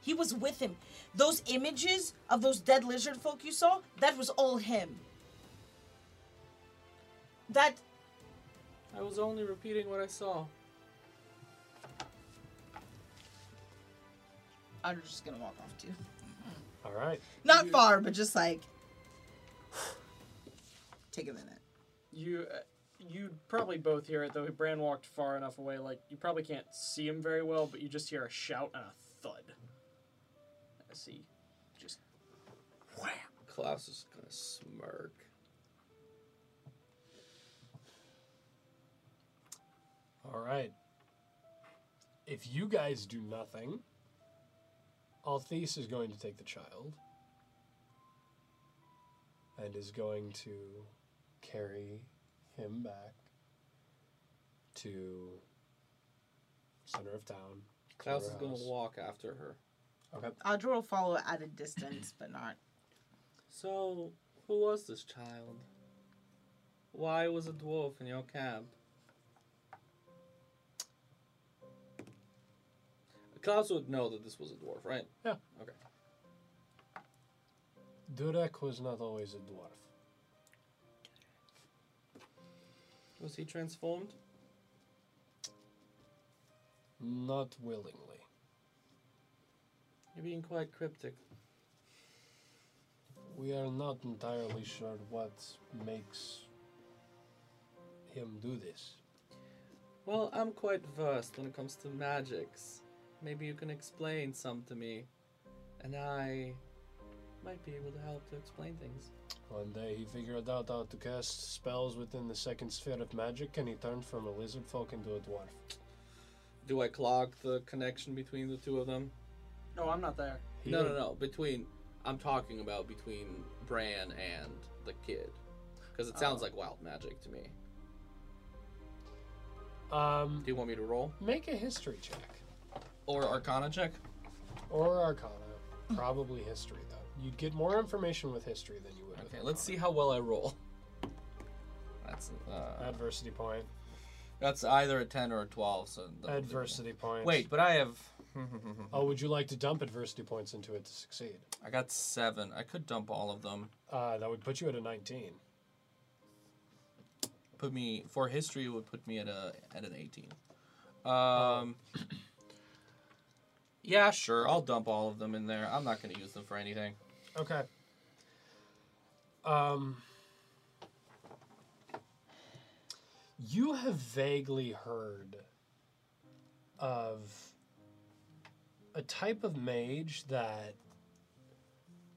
Speaker 3: He was with him. Those images of those dead lizard folk you saw, that was all him. That
Speaker 4: I was only repeating what I saw.
Speaker 3: I'm just gonna walk off too.
Speaker 2: All right.
Speaker 3: Not far, but just like take a minute.
Speaker 5: You uh, you probably both hear it though. Bran walked far enough away, like you probably can't see him very well, but you just hear a shout and a thud. I see. Just wham.
Speaker 4: Klaus is gonna smirk.
Speaker 2: All right. If you guys do nothing, Althese is going to take the child and is going to carry him back to center of town.
Speaker 4: Klaus is
Speaker 2: Clear
Speaker 4: gonna
Speaker 2: house.
Speaker 4: walk after her.
Speaker 2: Okay.
Speaker 3: Audra will follow at a distance, but not.
Speaker 4: So, who was this child? Why was a dwarf in your camp? Klaus would know that this was a dwarf, right?
Speaker 2: Yeah.
Speaker 4: Okay.
Speaker 2: Durek was not always a dwarf.
Speaker 4: Was he transformed?
Speaker 2: Not willingly.
Speaker 4: You're being quite cryptic.
Speaker 2: We are not entirely sure what makes him do this.
Speaker 4: Well, I'm quite versed when it comes to magics. Maybe you can explain some to me, and I might be able to help to explain things.
Speaker 2: One day he figured out how to cast spells within the second sphere of magic and he turned from a lizard folk into a dwarf.
Speaker 4: Do I clog the connection between the two of them?
Speaker 5: No, I'm not there.
Speaker 2: He
Speaker 4: no, no,
Speaker 2: would-
Speaker 4: no. Between I'm talking about between Bran and the kid, because it sounds
Speaker 5: Oh.
Speaker 4: like wild magic to me.
Speaker 2: Um,
Speaker 4: Do you want me to roll
Speaker 2: make a history check.
Speaker 4: or Arcana check?
Speaker 2: Or Arcana. Probably history, though. You'd get more information with history than you would with
Speaker 4: Okay, let's see how well I roll. That's uh,
Speaker 2: Adversity point.
Speaker 4: that's either a ten or a twelve. So that-
Speaker 2: Adversity point.
Speaker 4: Wait, but I have.
Speaker 2: Oh, would you like to dump adversity points into it to succeed?
Speaker 4: I got seven. I could dump all of them.
Speaker 2: Uh, that would put you at a 19.
Speaker 4: Put me for history. It would put me at a at an eighteen. Um. Yeah, sure. I'll dump all of them in there. I'm not gonna use them for anything.
Speaker 2: Okay. Um, you have vaguely heard of a type of mage that,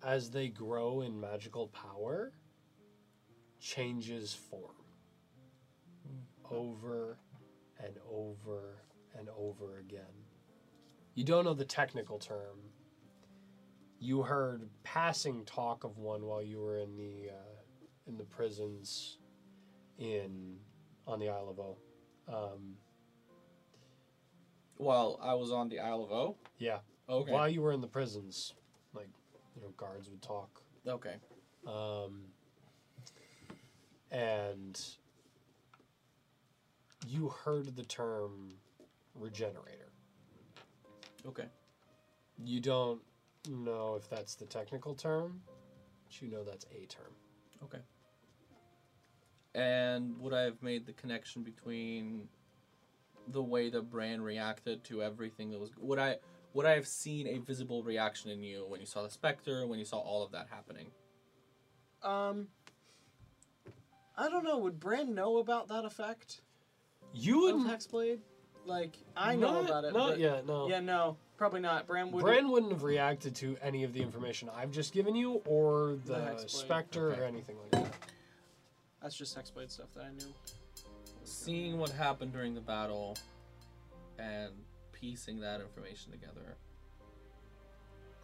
Speaker 2: as they grow in magical power, changes form over and over and over again. You don't know the technical term, you heard passing talk of one while you were in the uh, in the prisons in on the Isle of O. Um,
Speaker 4: Well, I was on the Isle of O.
Speaker 2: yeah,
Speaker 4: Okay.
Speaker 2: while you were in the prisons, like you know, guards would talk,
Speaker 4: Okay.
Speaker 2: um, and you heard the term regenerator.
Speaker 4: Okay.
Speaker 2: You don't know if that's the technical term, but you know that's a term.
Speaker 4: Okay. And would I have made the connection between the way that Bran reacted to everything that was would I would I have seen a visible reaction in you when you saw the specter, when you saw all of that happening?
Speaker 5: Um, I don't know. Would Bran know about that effect
Speaker 2: You
Speaker 5: of
Speaker 2: wouldn't.
Speaker 5: Hexblade? Like, I know
Speaker 2: not,
Speaker 5: about it.
Speaker 2: Not
Speaker 5: but
Speaker 2: yet.
Speaker 4: Oh.
Speaker 2: No.
Speaker 5: Yeah, no, probably not. Bran would.
Speaker 2: Bran wouldn't have reacted to any of the information I've just given you, or the,
Speaker 5: The Hexblade.
Speaker 2: specter,
Speaker 4: Okay.
Speaker 2: or anything like that.
Speaker 5: That's just Hexblade stuff that I knew.
Speaker 4: Seeing what happened during the battle and piecing that information together.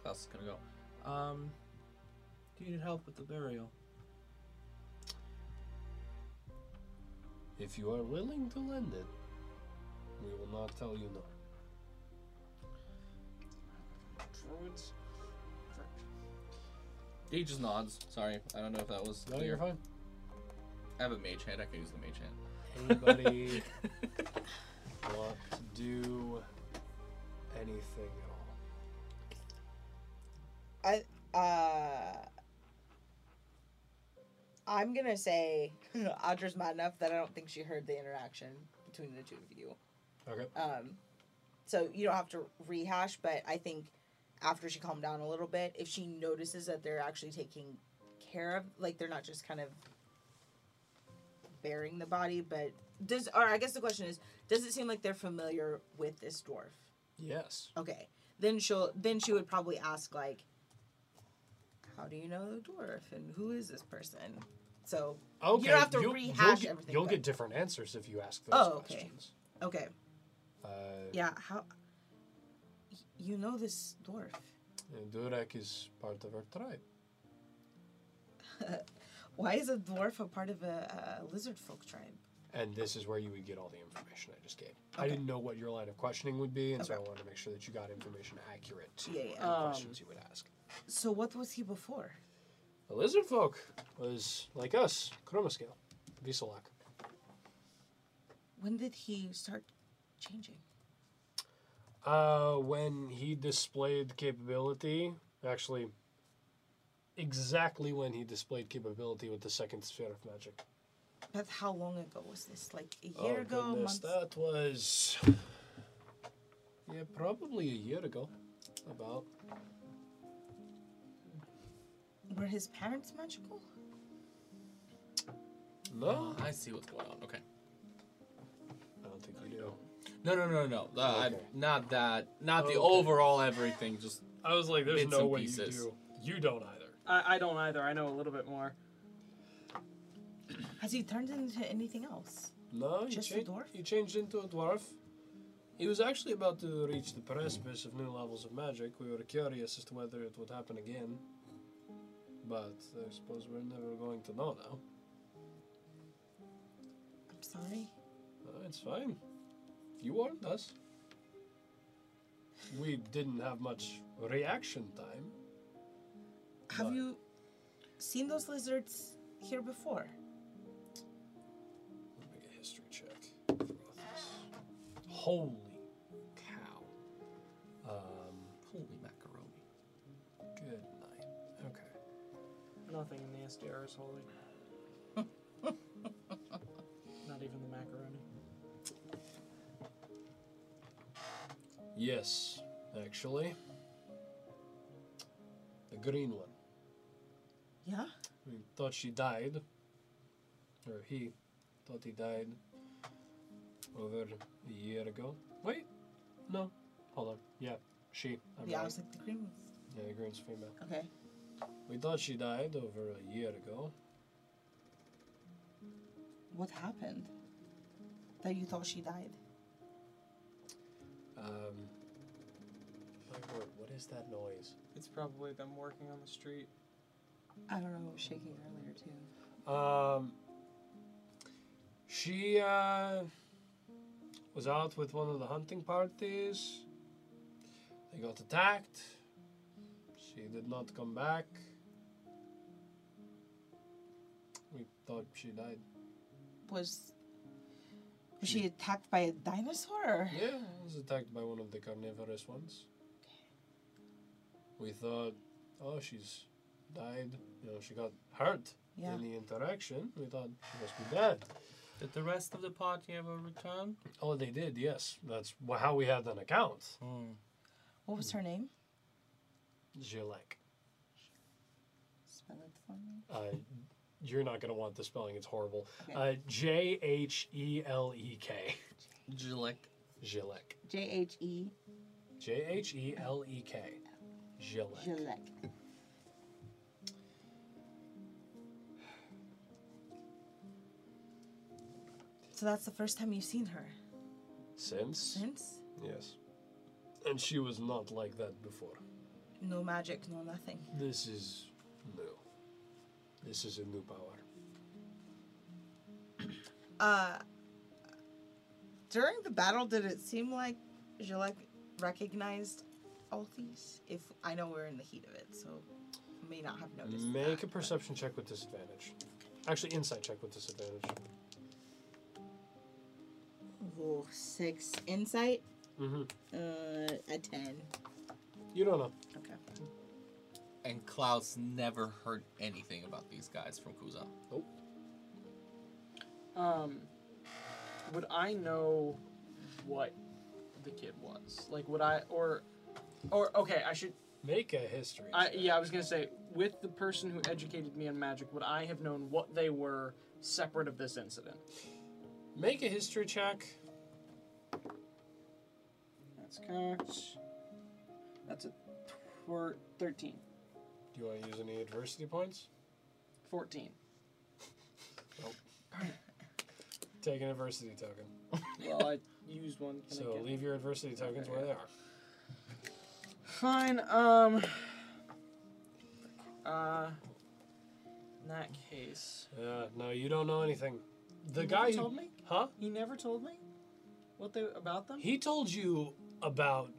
Speaker 4: Klaus is gonna go. Um do you need help with the burial?
Speaker 2: If you are willing to lend it, we will not tell you no.
Speaker 5: Druids.
Speaker 4: He just nods. Sorry, I don't know if that was
Speaker 2: No,
Speaker 4: clear.
Speaker 2: you're fine.
Speaker 4: I have a mage hand. I can use the mage hand.
Speaker 2: Anybody want to do anything at all?
Speaker 3: I uh I'm gonna say Audra's mad enough that I don't think she heard the interaction between the two of you.
Speaker 2: Okay.
Speaker 3: Um so you don't have to rehash, but I think after she calmed down a little bit, if she notices that they're actually taking care of like they're not just kind of burying the body, but does or I guess the question is, does it seem like they're familiar with this dwarf?
Speaker 2: Yes.
Speaker 3: Okay. Then she'll then she would probably ask like how do you know the dwarf and who is this person? So
Speaker 2: Okay.
Speaker 3: don't have to
Speaker 2: you'll- you'll
Speaker 3: rehash
Speaker 2: get,
Speaker 3: everything,
Speaker 2: You'll
Speaker 3: but-
Speaker 2: get different answers if you ask those
Speaker 3: Oh, okay.
Speaker 2: questions.
Speaker 3: okay.
Speaker 2: Uh,
Speaker 3: Yeah, how y- you know this dwarf.
Speaker 2: and Durek is part of our tribe.
Speaker 3: Why is a dwarf a part of a, a lizard folk tribe?
Speaker 2: And this is where you would get all the information I just gave. I
Speaker 3: Okay.
Speaker 2: didn't know what your line of questioning would be, and so I
Speaker 3: Okay.
Speaker 2: wanted to make sure that you got information accurate to
Speaker 3: Yeah, yeah.
Speaker 2: the
Speaker 5: Um,
Speaker 2: questions you would ask.
Speaker 3: So what was he before?
Speaker 2: The lizard folk was like us, Chromascale, Visalak.
Speaker 3: When did he start changing?
Speaker 2: Uh, when he displayed capability, actually, exactly when he displayed capability with the second sphere of magic. Oh,
Speaker 3: But how long ago was this? Like a year ago, months?
Speaker 2: that was yeah, probably a year ago. About
Speaker 3: Were his parents magical?
Speaker 2: no,
Speaker 4: Oh, I see what's going on. Okay.
Speaker 2: I don't think you do.
Speaker 4: No, no, no, no. no. Uh,
Speaker 2: Okay.
Speaker 4: Not that. Not the
Speaker 2: Okay.
Speaker 4: overall everything. Just
Speaker 2: I was like,
Speaker 4: there's Bits no and way you pieces. do.
Speaker 2: You don't either.
Speaker 5: I, I don't either. I know a little bit more.
Speaker 3: Has he turned into anything else?
Speaker 2: No, he
Speaker 3: Just a
Speaker 2: changed.
Speaker 3: dwarf?
Speaker 2: He changed into a dwarf. He was actually about to reach the precipice of new levels of magic. We were curious as to whether it would happen again, but I suppose we're never going to know now.
Speaker 3: I'm sorry.
Speaker 2: No, Uh, it's fine. You warned us. We didn't have much reaction time.
Speaker 3: Have
Speaker 2: But-
Speaker 3: you seen those lizards here before?
Speaker 2: Let me make a history check. Holy cow. Um,
Speaker 4: holy macaroni.
Speaker 2: good night. Okay.
Speaker 5: Nothing in the SDR is holy. Not even the macaroni.
Speaker 2: Yes, actually. The green one.
Speaker 3: Yeah.
Speaker 2: We thought she died. Or he thought he died over a year ago. Wait. No. Hold on. Yeah, she. I'm
Speaker 3: yeah, I
Speaker 2: right.
Speaker 3: was like the green ones.
Speaker 2: Yeah, the green's female.
Speaker 3: Okay.
Speaker 2: We thought she died over a year ago.
Speaker 3: What happened? That you thought she died?
Speaker 2: Um. My word, what is that noise?
Speaker 5: It's probably them working on the street.
Speaker 3: I don't know. I was shaking earlier too.
Speaker 2: Um, she uh, was out with one of the hunting parties. They got attacked. She did not come back. We thought she died.
Speaker 3: Was was she attacked by a dinosaur? Or?
Speaker 2: Yeah, was attacked by one of the carnivorous ones. We thought, oh, she's died. You know, she got hurt
Speaker 3: Yeah.
Speaker 2: in the interaction. We thought she must be dead.
Speaker 4: Did the rest of the party ever return?
Speaker 2: Oh, they did. Yes, that's wh- how we had an account.
Speaker 3: What was her name?
Speaker 2: Gilek.
Speaker 3: Spell it for me.
Speaker 2: Uh, you're not gonna want the spelling. It's horrible. Uh, J H E L E K.
Speaker 4: Jilek.
Speaker 2: Gilek.
Speaker 3: J H E
Speaker 2: J H E L E K. Gilek.
Speaker 3: Gillette. So that's the first time you've seen her
Speaker 2: Since.
Speaker 3: since?
Speaker 2: Yes. And she was not like that before.
Speaker 3: No magic, no nothing.
Speaker 2: This is new. This is a new power.
Speaker 3: Uh, during the battle, did it seem like Gillette recognized Althys? If I know we're in the heat of it, so may not have noticed.
Speaker 2: Make
Speaker 3: that,
Speaker 2: a perception check with disadvantage. Actually, insight check with disadvantage.
Speaker 3: but- Ooh, six insight.
Speaker 2: Mm-hmm.
Speaker 3: Uh, a ten.
Speaker 2: You don't know.
Speaker 3: Okay.
Speaker 4: And Klaus never heard anything about these guys from Kuza.
Speaker 5: Um, would I know what the kid was? Like, would I or or okay? I should.
Speaker 2: Make a history.
Speaker 5: I
Speaker 2: check.
Speaker 5: yeah. I was gonna say with the person who educated me on magic, would I have known what they were separate of this incident?
Speaker 2: Make a history check.
Speaker 5: That's catch. That's a twer- 13.
Speaker 2: Do you want to use any adversity points?
Speaker 5: 14.
Speaker 2: Take an adversity token.
Speaker 5: Well, I used one. Can I
Speaker 2: so
Speaker 5: get-
Speaker 2: leave your adversity tokens where they are.
Speaker 5: Fine. Um. Uh. In that case,
Speaker 2: Uh, no, you don't know anything. The
Speaker 5: You
Speaker 2: guy
Speaker 5: never
Speaker 2: who
Speaker 5: told me?
Speaker 2: huh?
Speaker 5: he never told me what they about them.
Speaker 2: He told you about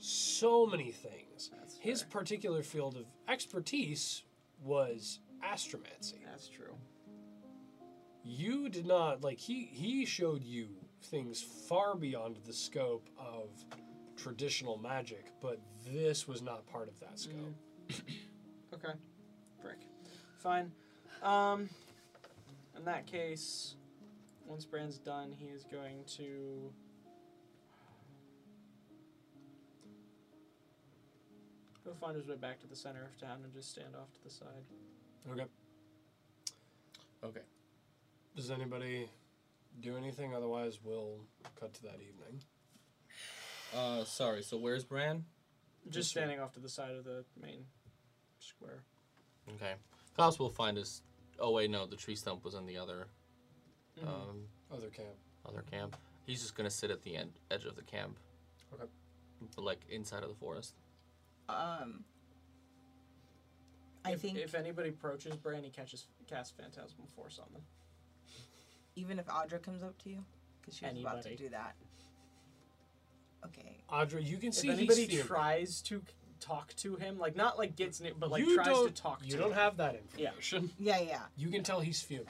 Speaker 2: so many things.
Speaker 5: That's
Speaker 2: His
Speaker 5: fair.
Speaker 2: particular field of expertise was astromancy.
Speaker 5: That's true.
Speaker 2: You did not like he he showed you things far beyond the scope of traditional magic, but this was not part of that scope.
Speaker 5: Okay. Brick. Fine. Um. In that case, once Brand's done, he is going to. He'll find his way back to the center of town and just stand off to the side.
Speaker 2: Okay.
Speaker 4: Okay.
Speaker 2: Does anybody do anything? Otherwise, we'll cut to that evening.
Speaker 4: Uh, sorry. So where's Bran?
Speaker 5: Just
Speaker 2: Just right.
Speaker 5: standing off to the side of the main square.
Speaker 4: Okay. Klaus will find us. Oh wait, no. The tree stump was in the other, um,
Speaker 2: Other camp.
Speaker 4: other camp. He's just gonna sit at the end edge of the camp.
Speaker 2: Okay.
Speaker 4: But like inside of the forest.
Speaker 3: Um, I
Speaker 5: if,
Speaker 3: think
Speaker 5: if anybody approaches Bran, he catches casts Phantasmal Force on them.
Speaker 3: even if Audra comes up to you, because she was about to
Speaker 5: Anybody.
Speaker 3: do that. Okay.
Speaker 2: Audra, you can see
Speaker 5: if
Speaker 2: he's
Speaker 5: anybody
Speaker 2: feared.
Speaker 5: tries to c- talk to him, like not like gets near, but like
Speaker 2: you
Speaker 5: tries to
Speaker 2: don't-
Speaker 5: talk
Speaker 2: You
Speaker 5: to
Speaker 2: don't
Speaker 5: him.
Speaker 2: have that
Speaker 5: Yeah.
Speaker 2: information.
Speaker 3: Yeah, yeah,
Speaker 2: You can tell he's fuming.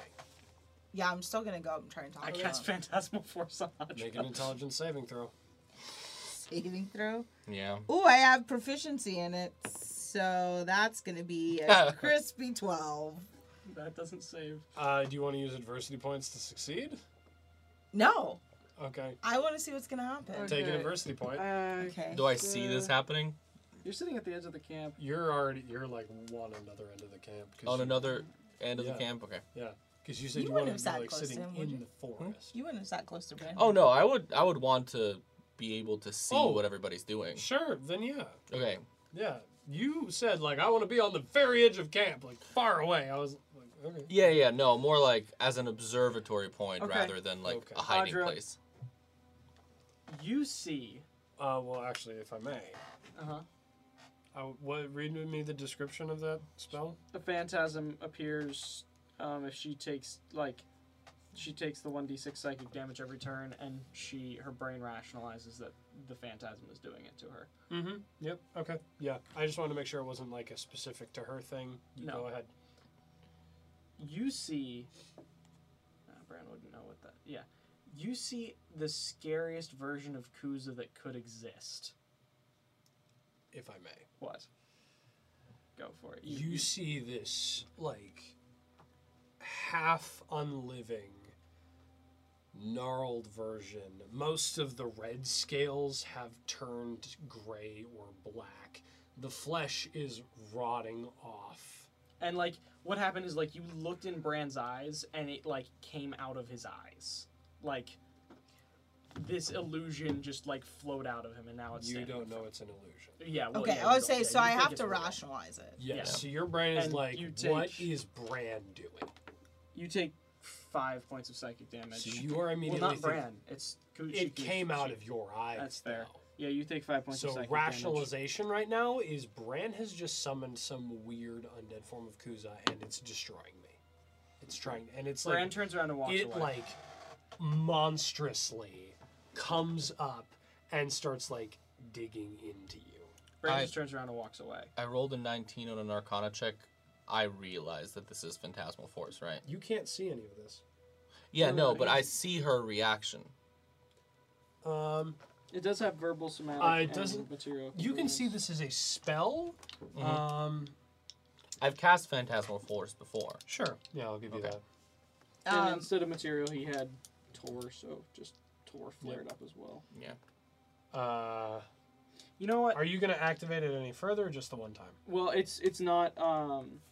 Speaker 3: yeah. I'm still gonna go up and try and talk.
Speaker 5: I
Speaker 3: to
Speaker 5: cast
Speaker 3: them.
Speaker 5: Phantasmal Force on Audra.
Speaker 2: Make an intelligence saving throw.
Speaker 3: saving throw.
Speaker 4: Yeah.
Speaker 3: Ooh, I have proficiency in it, so that's gonna be a crispy twelve.
Speaker 5: That doesn't save.
Speaker 2: Uh, do you want to use adversity points to succeed?
Speaker 3: No,
Speaker 2: Okay.
Speaker 3: I want to see what's gonna happen.
Speaker 2: Take an
Speaker 5: Okay.
Speaker 2: adversity point.
Speaker 3: Okay.
Speaker 4: Do I see this happening
Speaker 5: You're sitting at the edge of the camp.
Speaker 2: You're already you're like one another end of the camp. Cause
Speaker 4: on
Speaker 2: you,
Speaker 4: another end of
Speaker 2: Yeah.
Speaker 4: the camp? Okay.
Speaker 2: Yeah, because you said
Speaker 3: You
Speaker 2: you, wanted
Speaker 3: wouldn't have
Speaker 2: to
Speaker 3: sat
Speaker 2: be like
Speaker 3: close to
Speaker 2: sitting
Speaker 3: him, would
Speaker 2: in
Speaker 3: you?
Speaker 2: the forest.
Speaker 3: You wouldn't have sat close to Brandon.
Speaker 4: Oh no, I would I would want to be able to see
Speaker 2: Oh.
Speaker 4: what everybody's doing.
Speaker 2: Sure. Then yeah,
Speaker 4: Okay.
Speaker 2: yeah. You said like I want to be on the very edge of camp, like far away. I was like, okay.
Speaker 4: Yeah, yeah, no, more like as an observatory point
Speaker 5: Okay.
Speaker 4: rather than like
Speaker 2: Okay.
Speaker 4: a hiding
Speaker 5: Audra.
Speaker 4: place.
Speaker 5: You see.
Speaker 2: Uh, well, actually, if I may,
Speaker 5: Uh huh.
Speaker 2: I, what read with me the description of that spell?
Speaker 5: A phantasm appears um, if she takes like she takes the 1d6 psychic damage every turn and she her brain rationalizes that the phantasm is doing it to her.
Speaker 2: Mm-hmm. Yep. Okay. Yeah. I just wanted to make sure it wasn't like a specific to her thing. You
Speaker 5: No.
Speaker 2: Go ahead.
Speaker 5: you see uh, Bran wouldn't know what that yeah you see the scariest version of Kuza that could exist
Speaker 2: If I may.
Speaker 5: what Go for it. You,
Speaker 2: you see this like half unliving gnarled version most of the red scales have turned gray or black the flesh is rotting off
Speaker 5: and like what happened is like you looked in Brand's eyes and it like came out of his eyes. Like this illusion just like flowed out of him and now it's
Speaker 2: you
Speaker 5: standing
Speaker 2: don't
Speaker 5: in
Speaker 2: know it's an illusion
Speaker 5: front- Yeah, well,
Speaker 3: Okay,
Speaker 5: yeah,
Speaker 3: I
Speaker 5: you
Speaker 3: would
Speaker 5: don't-
Speaker 3: say
Speaker 5: yeah,
Speaker 3: so.
Speaker 5: you
Speaker 3: I
Speaker 5: think
Speaker 3: have
Speaker 5: it's
Speaker 3: to
Speaker 5: real.
Speaker 3: rationalize it.
Speaker 2: yes
Speaker 5: Yeah.
Speaker 2: so your brain is
Speaker 5: And
Speaker 2: like
Speaker 5: you
Speaker 2: what
Speaker 5: take-
Speaker 2: is brand doing
Speaker 5: You take 5 points of psychic damage.
Speaker 2: so you are
Speaker 5: well,
Speaker 2: immediately
Speaker 5: not
Speaker 2: think-
Speaker 5: Bran. It's Ku-
Speaker 2: it
Speaker 5: she-
Speaker 2: came out
Speaker 5: she-
Speaker 2: of your eyes
Speaker 5: That's fair.
Speaker 2: though.
Speaker 5: Yeah, you take 5 points of
Speaker 2: So
Speaker 5: psychic damage.
Speaker 2: rationalization right now is Bran has just summoned some weird undead form of Kuza and it's destroying me. It's trying and it's
Speaker 5: Bran
Speaker 2: like
Speaker 5: turns around and walks
Speaker 2: it
Speaker 5: away.
Speaker 2: like monstrously comes up and starts like digging into you.
Speaker 5: Bran
Speaker 4: I-
Speaker 5: just turns around and walks away.
Speaker 4: I rolled a 19 on an Arcana check. I realize that this is Phantasmal Force, right?
Speaker 2: You can't see any of this.
Speaker 4: Yeah,
Speaker 5: Yeah,
Speaker 4: no,
Speaker 5: but
Speaker 4: but
Speaker 5: it
Speaker 4: I
Speaker 5: is-
Speaker 4: see her reaction.
Speaker 2: Um,
Speaker 5: It does have verbal somatic.
Speaker 2: Uh, it
Speaker 5: and
Speaker 2: doesn't-
Speaker 5: Material
Speaker 2: you can
Speaker 5: components.
Speaker 2: see this is a spell. Um,
Speaker 4: I've cast Phantasmal Force before.
Speaker 2: sure. Yeah, I'll give you
Speaker 4: Okay.
Speaker 2: that.
Speaker 5: And
Speaker 3: Um,
Speaker 5: instead of material, he had Tor, so just Tor flared up as well.
Speaker 4: Yeah.
Speaker 2: Uh,
Speaker 5: You know what?
Speaker 2: are you gonna activate it any further or just the one time?
Speaker 5: Well, it's it's not. Um,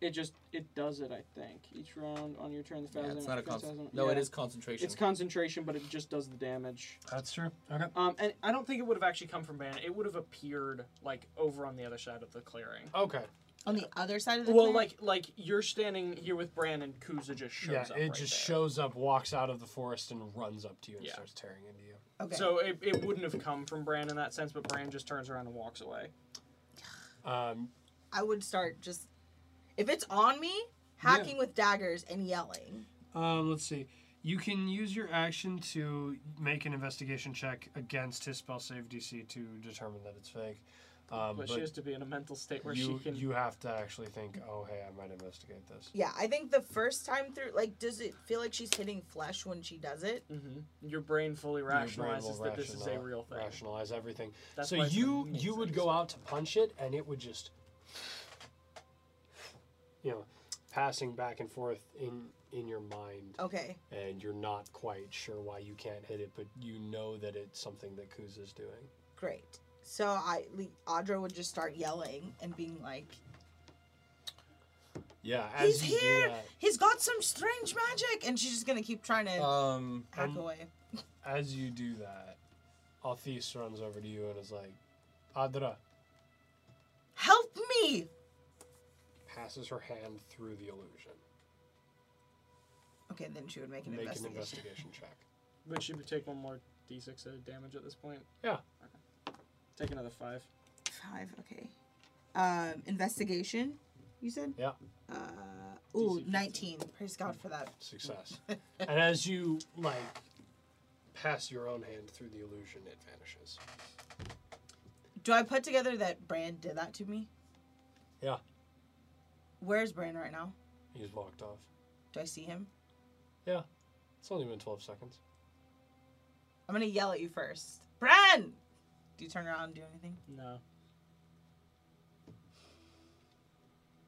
Speaker 5: it just it does it. I think each round on your turn, the
Speaker 4: Yeah,
Speaker 5: phasm.
Speaker 4: it's not a
Speaker 5: phasm-
Speaker 4: concentration. No, it
Speaker 5: yeah.
Speaker 4: is concentration.
Speaker 5: It's concentration, but it just does the damage.
Speaker 2: That's true. Okay.
Speaker 5: Um, and I don't think it would have actually come from Ban. It would have appeared like over on the other side of the clearing.
Speaker 2: Okay.
Speaker 3: on the other side of the
Speaker 5: Well,
Speaker 3: clearing?
Speaker 5: like like you're standing here with Bran and Kuza just shows
Speaker 2: yeah,
Speaker 5: up.
Speaker 2: it
Speaker 5: right
Speaker 2: just
Speaker 5: there.
Speaker 2: shows up, walks out of the forest, and runs up to you and
Speaker 5: Yeah.
Speaker 2: starts tearing into you.
Speaker 3: okay.
Speaker 5: So it, it wouldn't have come from Bran in that sense, but Bran just turns around and walks away.
Speaker 2: Um,
Speaker 3: I would start just if it's on me, hacking with daggers and yelling.
Speaker 2: um, let's see. You can use your action to make an investigation check against his spell save DC to determine that it's fake. Um,
Speaker 5: But,
Speaker 2: but
Speaker 5: she has to be in a mental state where
Speaker 2: you,
Speaker 5: she can.
Speaker 2: you have to actually think, oh, hey, I might investigate this.
Speaker 3: Yeah, I think the first time through, like, does it feel like she's hitting flesh when she does it?
Speaker 2: Mm.
Speaker 5: hmm Your brain fully
Speaker 2: Your brain will
Speaker 5: rationalizes that this is a
Speaker 2: rational-
Speaker 5: real thing.
Speaker 2: Rationalize everything.
Speaker 5: That's
Speaker 2: so
Speaker 5: why it's
Speaker 2: you
Speaker 5: amazing.
Speaker 2: you would go out to punch it, and it would just, you know, passing back and forth in in your mind.
Speaker 3: Okay.
Speaker 2: and you're not quite sure why you can't hit it, but you know that it's something that Kuz is doing.
Speaker 3: Great. So I, Le- Audra would just start yelling and being like,
Speaker 2: Yeah,
Speaker 3: "He's
Speaker 2: as you do
Speaker 3: here!
Speaker 2: that,
Speaker 3: He's got some strange magic!" And she's just gonna keep trying to
Speaker 4: Um,
Speaker 3: hack
Speaker 2: um,
Speaker 3: away.
Speaker 2: as you do that, Althis runs over to you and is like, "Adra,"
Speaker 3: Help me!
Speaker 2: passes her hand through the illusion.
Speaker 3: Okay, then she would make an
Speaker 2: Make an
Speaker 3: investigation.
Speaker 2: investigation check.
Speaker 5: But she would take one more d6 of damage at this point.
Speaker 2: Yeah.
Speaker 5: Take another five.
Speaker 3: Five. Okay. Um, investigation. You said.
Speaker 2: Yeah,
Speaker 3: Uh, ooh,
Speaker 5: DC 15.
Speaker 3: nineteen. Praise God for that.
Speaker 2: success. and as you like pass your own hand through the illusion, it vanishes.
Speaker 3: Do I put together that Brand did that to me?
Speaker 2: Yeah,
Speaker 3: Where's Brand right now?
Speaker 2: he's walked off.
Speaker 3: Do I see him?
Speaker 2: Yeah, it's only been twelve seconds.
Speaker 3: I'm gonna yell at you first. Brand. Do you turn around and do anything?
Speaker 5: No.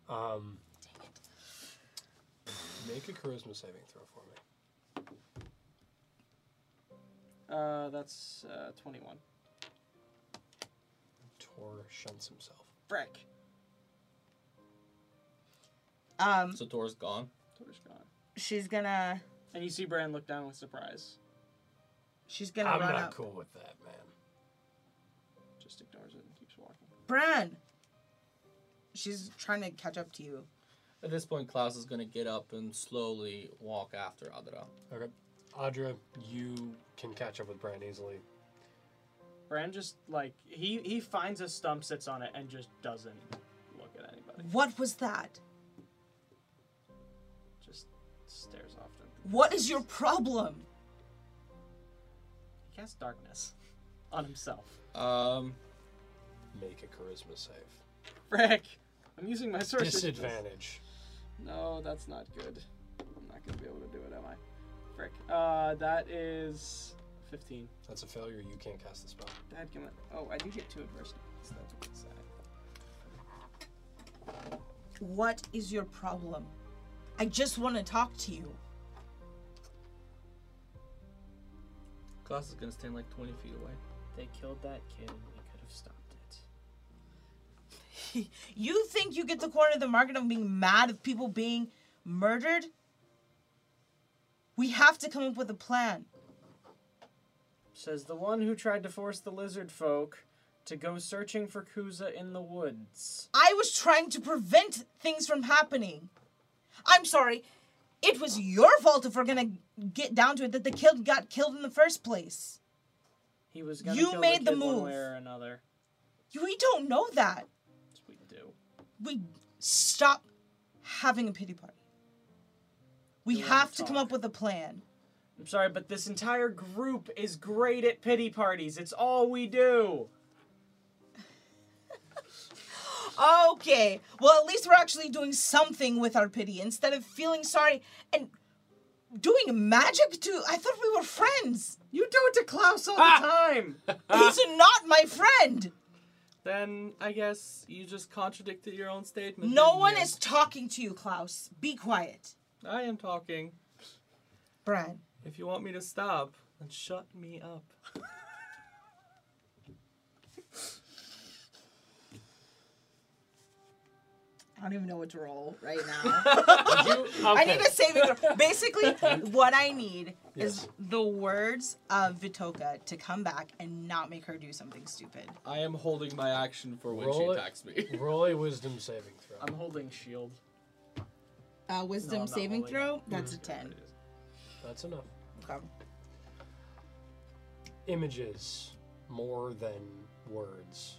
Speaker 2: Um, make a charisma saving throw for me.
Speaker 5: Uh, that's uh, 21.
Speaker 2: Tor shunts himself.
Speaker 5: Frick.
Speaker 3: Um,
Speaker 4: so Tor's gone.
Speaker 5: Tor's gone.
Speaker 3: she's gonna.
Speaker 5: And you see Bran look down with surprise.
Speaker 3: She's gonna
Speaker 2: I'm
Speaker 3: run
Speaker 2: not
Speaker 3: up.
Speaker 2: cool with that, man.
Speaker 5: Just ignores it and keeps walking.
Speaker 3: Bran. She's trying to catch up to you.
Speaker 4: At this point, Klaus is going to get up and slowly walk after Adra.
Speaker 2: Okay. Audra, you can catch up with Bran easily.
Speaker 5: Bran just, like, he, he finds a stump, sits on it, and just doesn't look at anybody.
Speaker 3: What was that?
Speaker 5: Just stares off to
Speaker 3: What is your problem?
Speaker 5: He casts darkness on himself.
Speaker 4: Um,
Speaker 2: Make a charisma save.
Speaker 5: Frick! I'm using my sources.
Speaker 2: Disadvantage.
Speaker 5: No, that's not good. I'm not gonna be able to do it, am I? Frick. Uh, that is Fifteen.
Speaker 2: That's a failure. You can't cast the spell.
Speaker 5: Dadgummit. Oh, I do get two adversity. So that's a bit sad.
Speaker 3: What is your problem? I just want to talk to you.
Speaker 4: Klaus is gonna stand like 20 feet away.
Speaker 5: They killed that kid, and we could have stopped it.
Speaker 3: You think you get the corner of the market of being mad of people being murdered? We have to come up with a plan.
Speaker 5: Says the one who tried to force the lizard folk to go searching for Kuza in the woods.
Speaker 3: I was trying to prevent things from happening. I'm sorry. It was your fault if we're gonna get down to it that the kid got killed in the first place.
Speaker 5: He was gonna
Speaker 3: You
Speaker 5: kill
Speaker 3: made
Speaker 5: the,
Speaker 3: the
Speaker 5: kid one
Speaker 3: move.
Speaker 5: way or another.
Speaker 3: We don't know that.
Speaker 5: Yes, we do.
Speaker 3: We stop having a pity party. We
Speaker 5: Don't wanna
Speaker 3: have to come
Speaker 5: talk.
Speaker 3: up with a plan.
Speaker 5: I'm sorry, but this entire group is great at pity parties. It's all we do.
Speaker 3: Okay. Well, at least we're actually doing something with our pity instead of feeling sorry and doing magic to. I thought we were friends. Ah.
Speaker 5: You do it to Klaus all the time.
Speaker 3: He's not my friend.
Speaker 4: Then I guess you just contradicted your own statement.
Speaker 3: No
Speaker 4: didn't
Speaker 3: one
Speaker 4: you?
Speaker 3: is talking to you, Klaus. Be quiet.
Speaker 4: I am talking.
Speaker 3: Bran.
Speaker 4: If you want me to stop, then shut me up.
Speaker 3: I don't even know what to roll right now. I need a saving throw. Basically, what I need is the words of Vitoka to come back and not make her do something stupid.
Speaker 4: I am holding my action for when
Speaker 2: Roll
Speaker 4: she
Speaker 2: it.
Speaker 4: attacks me.
Speaker 2: Roll a wisdom saving throw.
Speaker 3: Um,
Speaker 5: I'm holding shield.
Speaker 3: Uh, wisdom
Speaker 5: No, I'm not
Speaker 3: saving
Speaker 5: rolling.
Speaker 3: throw? That's a 10.
Speaker 2: That's enough.
Speaker 3: Okay.
Speaker 2: Images more than words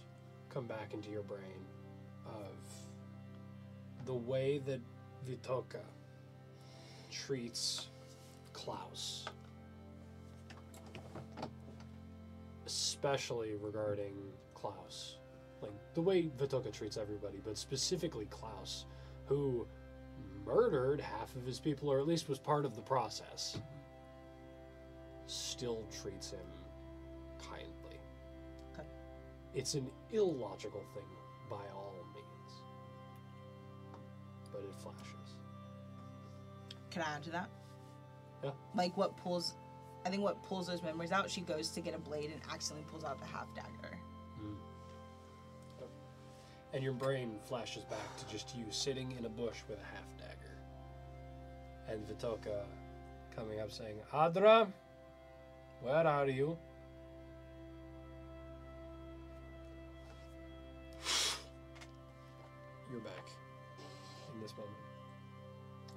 Speaker 2: come back into your brain of the way that Vitoka treats Klaus. Especially regarding Klaus. Like the way Vitoka treats everybody, but specifically Klaus, who murdered half of his people, or at least was part of the process still treats him kindly.
Speaker 3: Okay.
Speaker 2: It's an illogical thing by all means, but it flashes.
Speaker 3: Can I add to that?
Speaker 2: Yeah.
Speaker 3: Like what pulls, I think what pulls those memories out, she goes to get a blade and accidentally pulls out the half dagger.
Speaker 2: And your brain flashes back to just you sitting in a bush with a half dagger. And Vitoka coming up saying, Adra, where are you? You're back in this moment.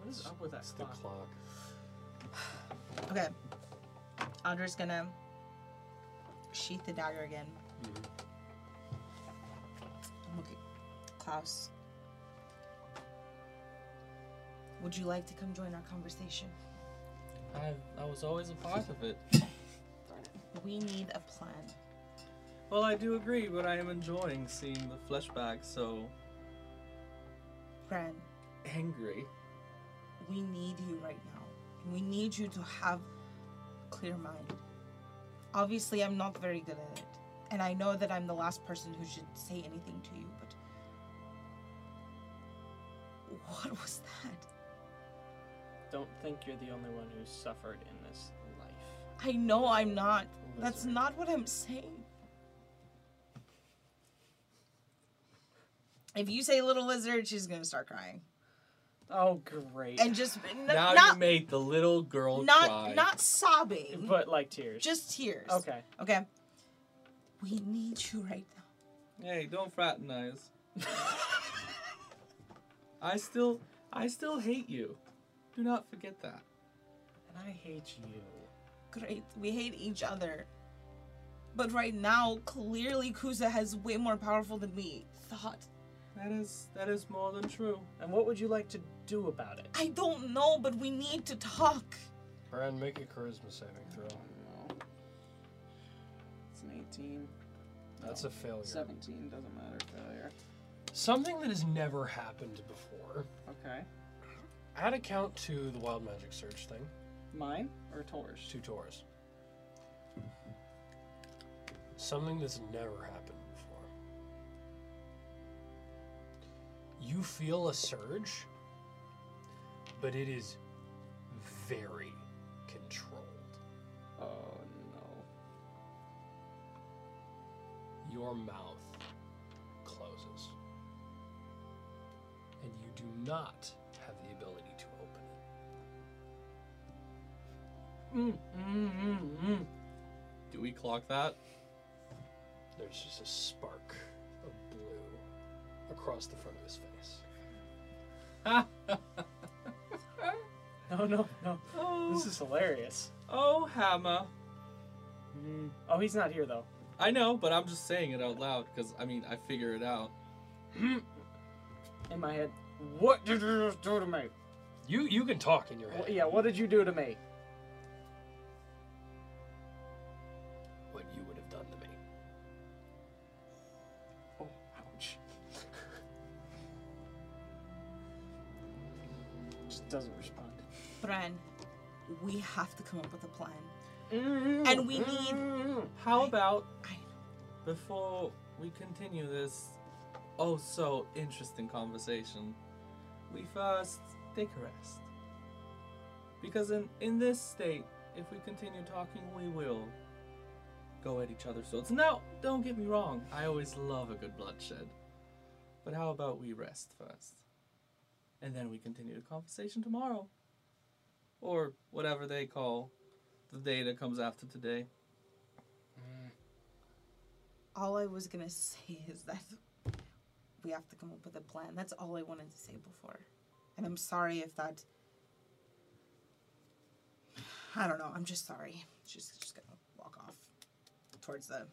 Speaker 5: What is up with that
Speaker 2: It's the
Speaker 5: clock?
Speaker 2: clock.
Speaker 3: Okay. Audra's gonna sheath the dagger again. Look at Klaus. Would you like to come join our conversation?
Speaker 4: I, I was always a part of it.
Speaker 3: We need a plan.
Speaker 4: Well, I do agree, but I am enjoying seeing the flashback so
Speaker 3: Bren,
Speaker 4: angry.
Speaker 3: we need you right now. We need you to have a clear mind. Obviously, I'm not very good at it. And I know that I'm the last person who should say anything to you, but. What was that?
Speaker 5: Don't think you're the only one who's suffered in this life.
Speaker 3: I know I'm not. That's
Speaker 5: Lizard.
Speaker 3: not what I'm saying. If you say little lizard, she's gonna start crying.
Speaker 5: Oh, great.
Speaker 3: And just n-
Speaker 4: now you
Speaker 3: not
Speaker 4: made the little girl
Speaker 3: not
Speaker 4: cry.
Speaker 3: not sobbing,
Speaker 5: but like tears.
Speaker 3: just tears.
Speaker 5: okay.
Speaker 3: Okay. We need you right now.
Speaker 4: Hey, don't fraternize. I still, I still hate you. Do not forget that.
Speaker 5: And I hate you.
Speaker 3: Great. We hate each other. But right now, clearly Kuza has way more powerful than me. Thought.
Speaker 4: That is, that is more than true.
Speaker 5: And what would you like to do about it?
Speaker 3: I don't know, but we need to talk.
Speaker 2: Bran, make a charisma saving throw.
Speaker 7: No. It's an 18.
Speaker 2: That's a failure.
Speaker 7: 17 doesn't matter. Failure.
Speaker 2: Something that has never happened before.
Speaker 7: Okay.
Speaker 2: Add a count to the wild magic search thing.
Speaker 7: Mine or Tor's?
Speaker 2: Two Taurus. Something that's never happened before. You feel a surge, but it is very controlled.
Speaker 4: Uh,
Speaker 8: Oh no.
Speaker 2: Your mouth closes, and you do not have the ability to open it.
Speaker 5: Mm, mm, mm, mm.
Speaker 4: Do we clock that?
Speaker 2: There's just a spark of blue across the front of his face.
Speaker 5: No, no, no.
Speaker 4: Oh,
Speaker 5: This is hilarious.
Speaker 4: oh, Hammer.
Speaker 5: Mm. Oh, he's not here though.
Speaker 4: I know, but I'm just saying it out loud because I mean I figure it out.
Speaker 5: In my head, what did you just do to me?
Speaker 2: You you can talk in your head.
Speaker 5: Wh- yeah, what did you do to me?
Speaker 2: What you would have done to me.
Speaker 5: Oh, ouch. Just doesn't respond.
Speaker 3: Bran, we have to come up with a plan. And we need-
Speaker 4: How about
Speaker 3: I
Speaker 4: before we continue this oh so interesting conversation, we first take a rest. Because in, in this state, if we continue talking, we will go at each other's throats. Now, don't get me wrong, I always love a good bloodshed. But how about we rest first? And then we continue the conversation tomorrow. Or whatever they call the day that comes after today.
Speaker 3: All I was gonna say is that we have to come up with a plan. That's all I wanted to say before. And I'm sorry if that. I don't know. I'm just sorry. She's just gonna walk off towards the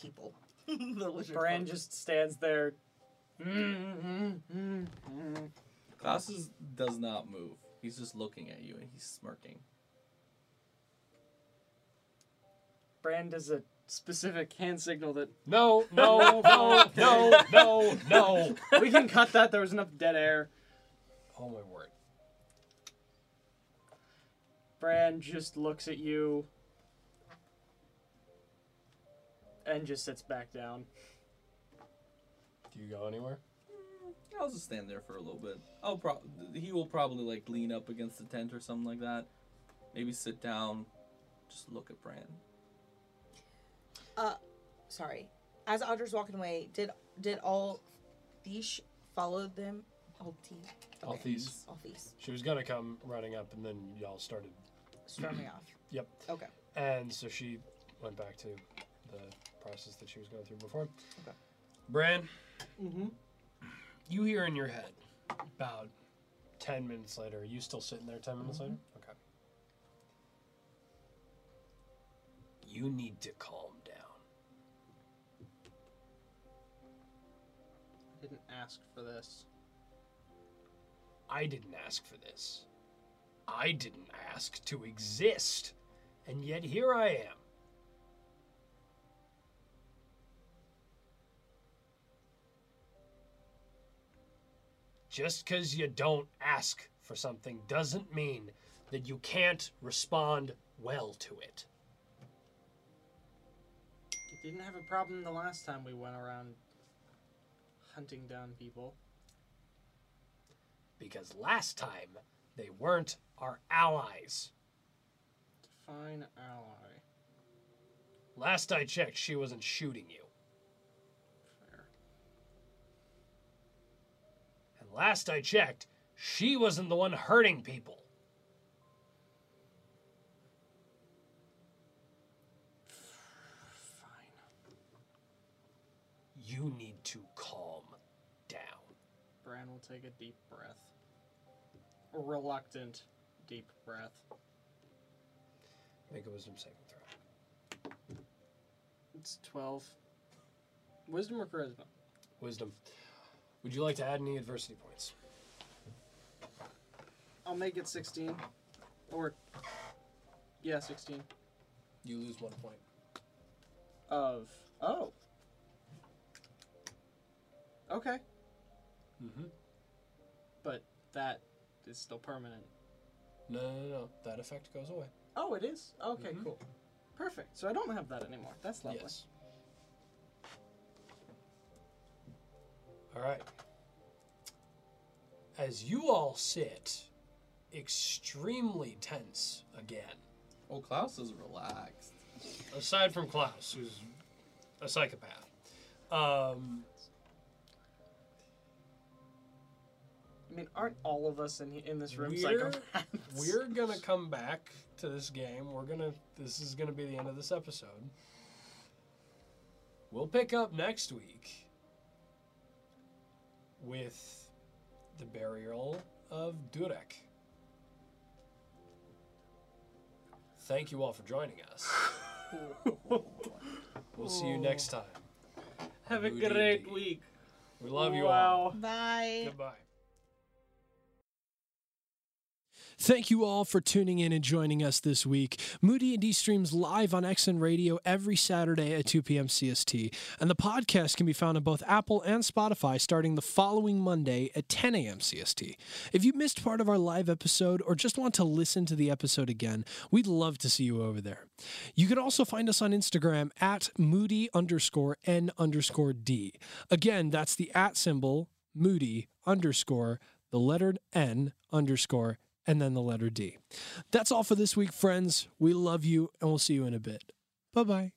Speaker 3: people. the lizard
Speaker 5: Bran
Speaker 3: folk.
Speaker 5: just stands there. Mm, mm, mm.
Speaker 4: Klaus is, does not move. He's just looking at you and he's smirking.
Speaker 5: Bran does a specific hand signal that
Speaker 2: No, no, no, no, no, no.
Speaker 5: we can cut that. There was enough dead air.
Speaker 2: Oh my word.
Speaker 5: Bran just looks at you and just sits back down.
Speaker 2: Do you go anywhere?
Speaker 4: I'll just stand there for a little bit. I'll pro- he will probably like lean up against the tent or something like that. Maybe sit down, just look at Bran.
Speaker 3: Sorry. As Audra's walking away, did did all these follow them? All these.
Speaker 2: All these.
Speaker 3: All these.
Speaker 2: She was gonna come running up, and then y'all started.
Speaker 3: Storming off.
Speaker 2: Yep.
Speaker 3: Okay.
Speaker 2: And so she went back to the process that she was going through before. Okay. Bran, mm-hmm. you hear in your head about 10 minutes later. Are you still sitting there 10 minutes later? Okay. You need to calm down.
Speaker 5: I didn't ask for this.
Speaker 2: I didn't ask for this. I didn't ask to exist. And yet here I am. Just because you don't ask for something doesn't mean that you can't respond well to it.
Speaker 5: You didn't have a problem the last time we went around hunting down people.
Speaker 2: Because last time, they weren't our allies.
Speaker 5: Fine ally.
Speaker 2: Last I checked, she wasn't shooting you.
Speaker 5: Fair.
Speaker 2: And last I checked, she wasn't the one hurting people.
Speaker 5: Fine.
Speaker 2: You need to calm down.
Speaker 5: Bran will take a deep breath. A reluctant deep breath.
Speaker 2: Make a wisdom saving throw.
Speaker 5: It's 12. Wisdom or charisma?
Speaker 2: Wisdom. Would you like to add any adversity points?
Speaker 5: I'll make it 16. Or. Yeah, 16.
Speaker 2: You lose one point.
Speaker 5: Of. Oh! Okay.
Speaker 2: Mhm.
Speaker 5: But that is still permanent.
Speaker 2: No, no, no. That effect goes away.
Speaker 5: Oh, it is? Okay,
Speaker 2: Mhm.
Speaker 5: cool. Perfect. So I don't have that anymore. That's lovely.
Speaker 2: Yes.
Speaker 6: All right.
Speaker 2: As you all sit extremely tense again,
Speaker 4: Oh, Klaus is relaxed.
Speaker 2: aside from Klaus, who's a psychopath, um,
Speaker 5: I mean, aren't all of us in in this room
Speaker 2: We're-
Speaker 5: psychopaths?
Speaker 2: we're gonna come back to this game. We're gonna. This is gonna be the end of this episode. We'll pick up next week with the burial of Durek. Thank you all for joining us. we'll see you next time.
Speaker 5: Have a
Speaker 4: Moody
Speaker 5: great
Speaker 4: indeed.
Speaker 5: week.
Speaker 2: We love you all.
Speaker 5: wow.
Speaker 3: Bye.
Speaker 2: Goodbye.
Speaker 6: Thank you all for tuning in and joining us this week. Moody and D streams live on XN Radio every Saturday at 2 p.m. CST, and the podcast can be found on both Apple and Spotify starting the following Monday at 10 a.m. CST. If you missed part of our live episode or just want to listen to the episode again, we'd love to see you over there. You can also find us on Instagram at Moody underscore N underscore D. Again, that's the at symbol Moody underscore the letter N underscore and then the letter D. That's all for this week, friends. We love you, and we'll see you in a bit. Bye bye.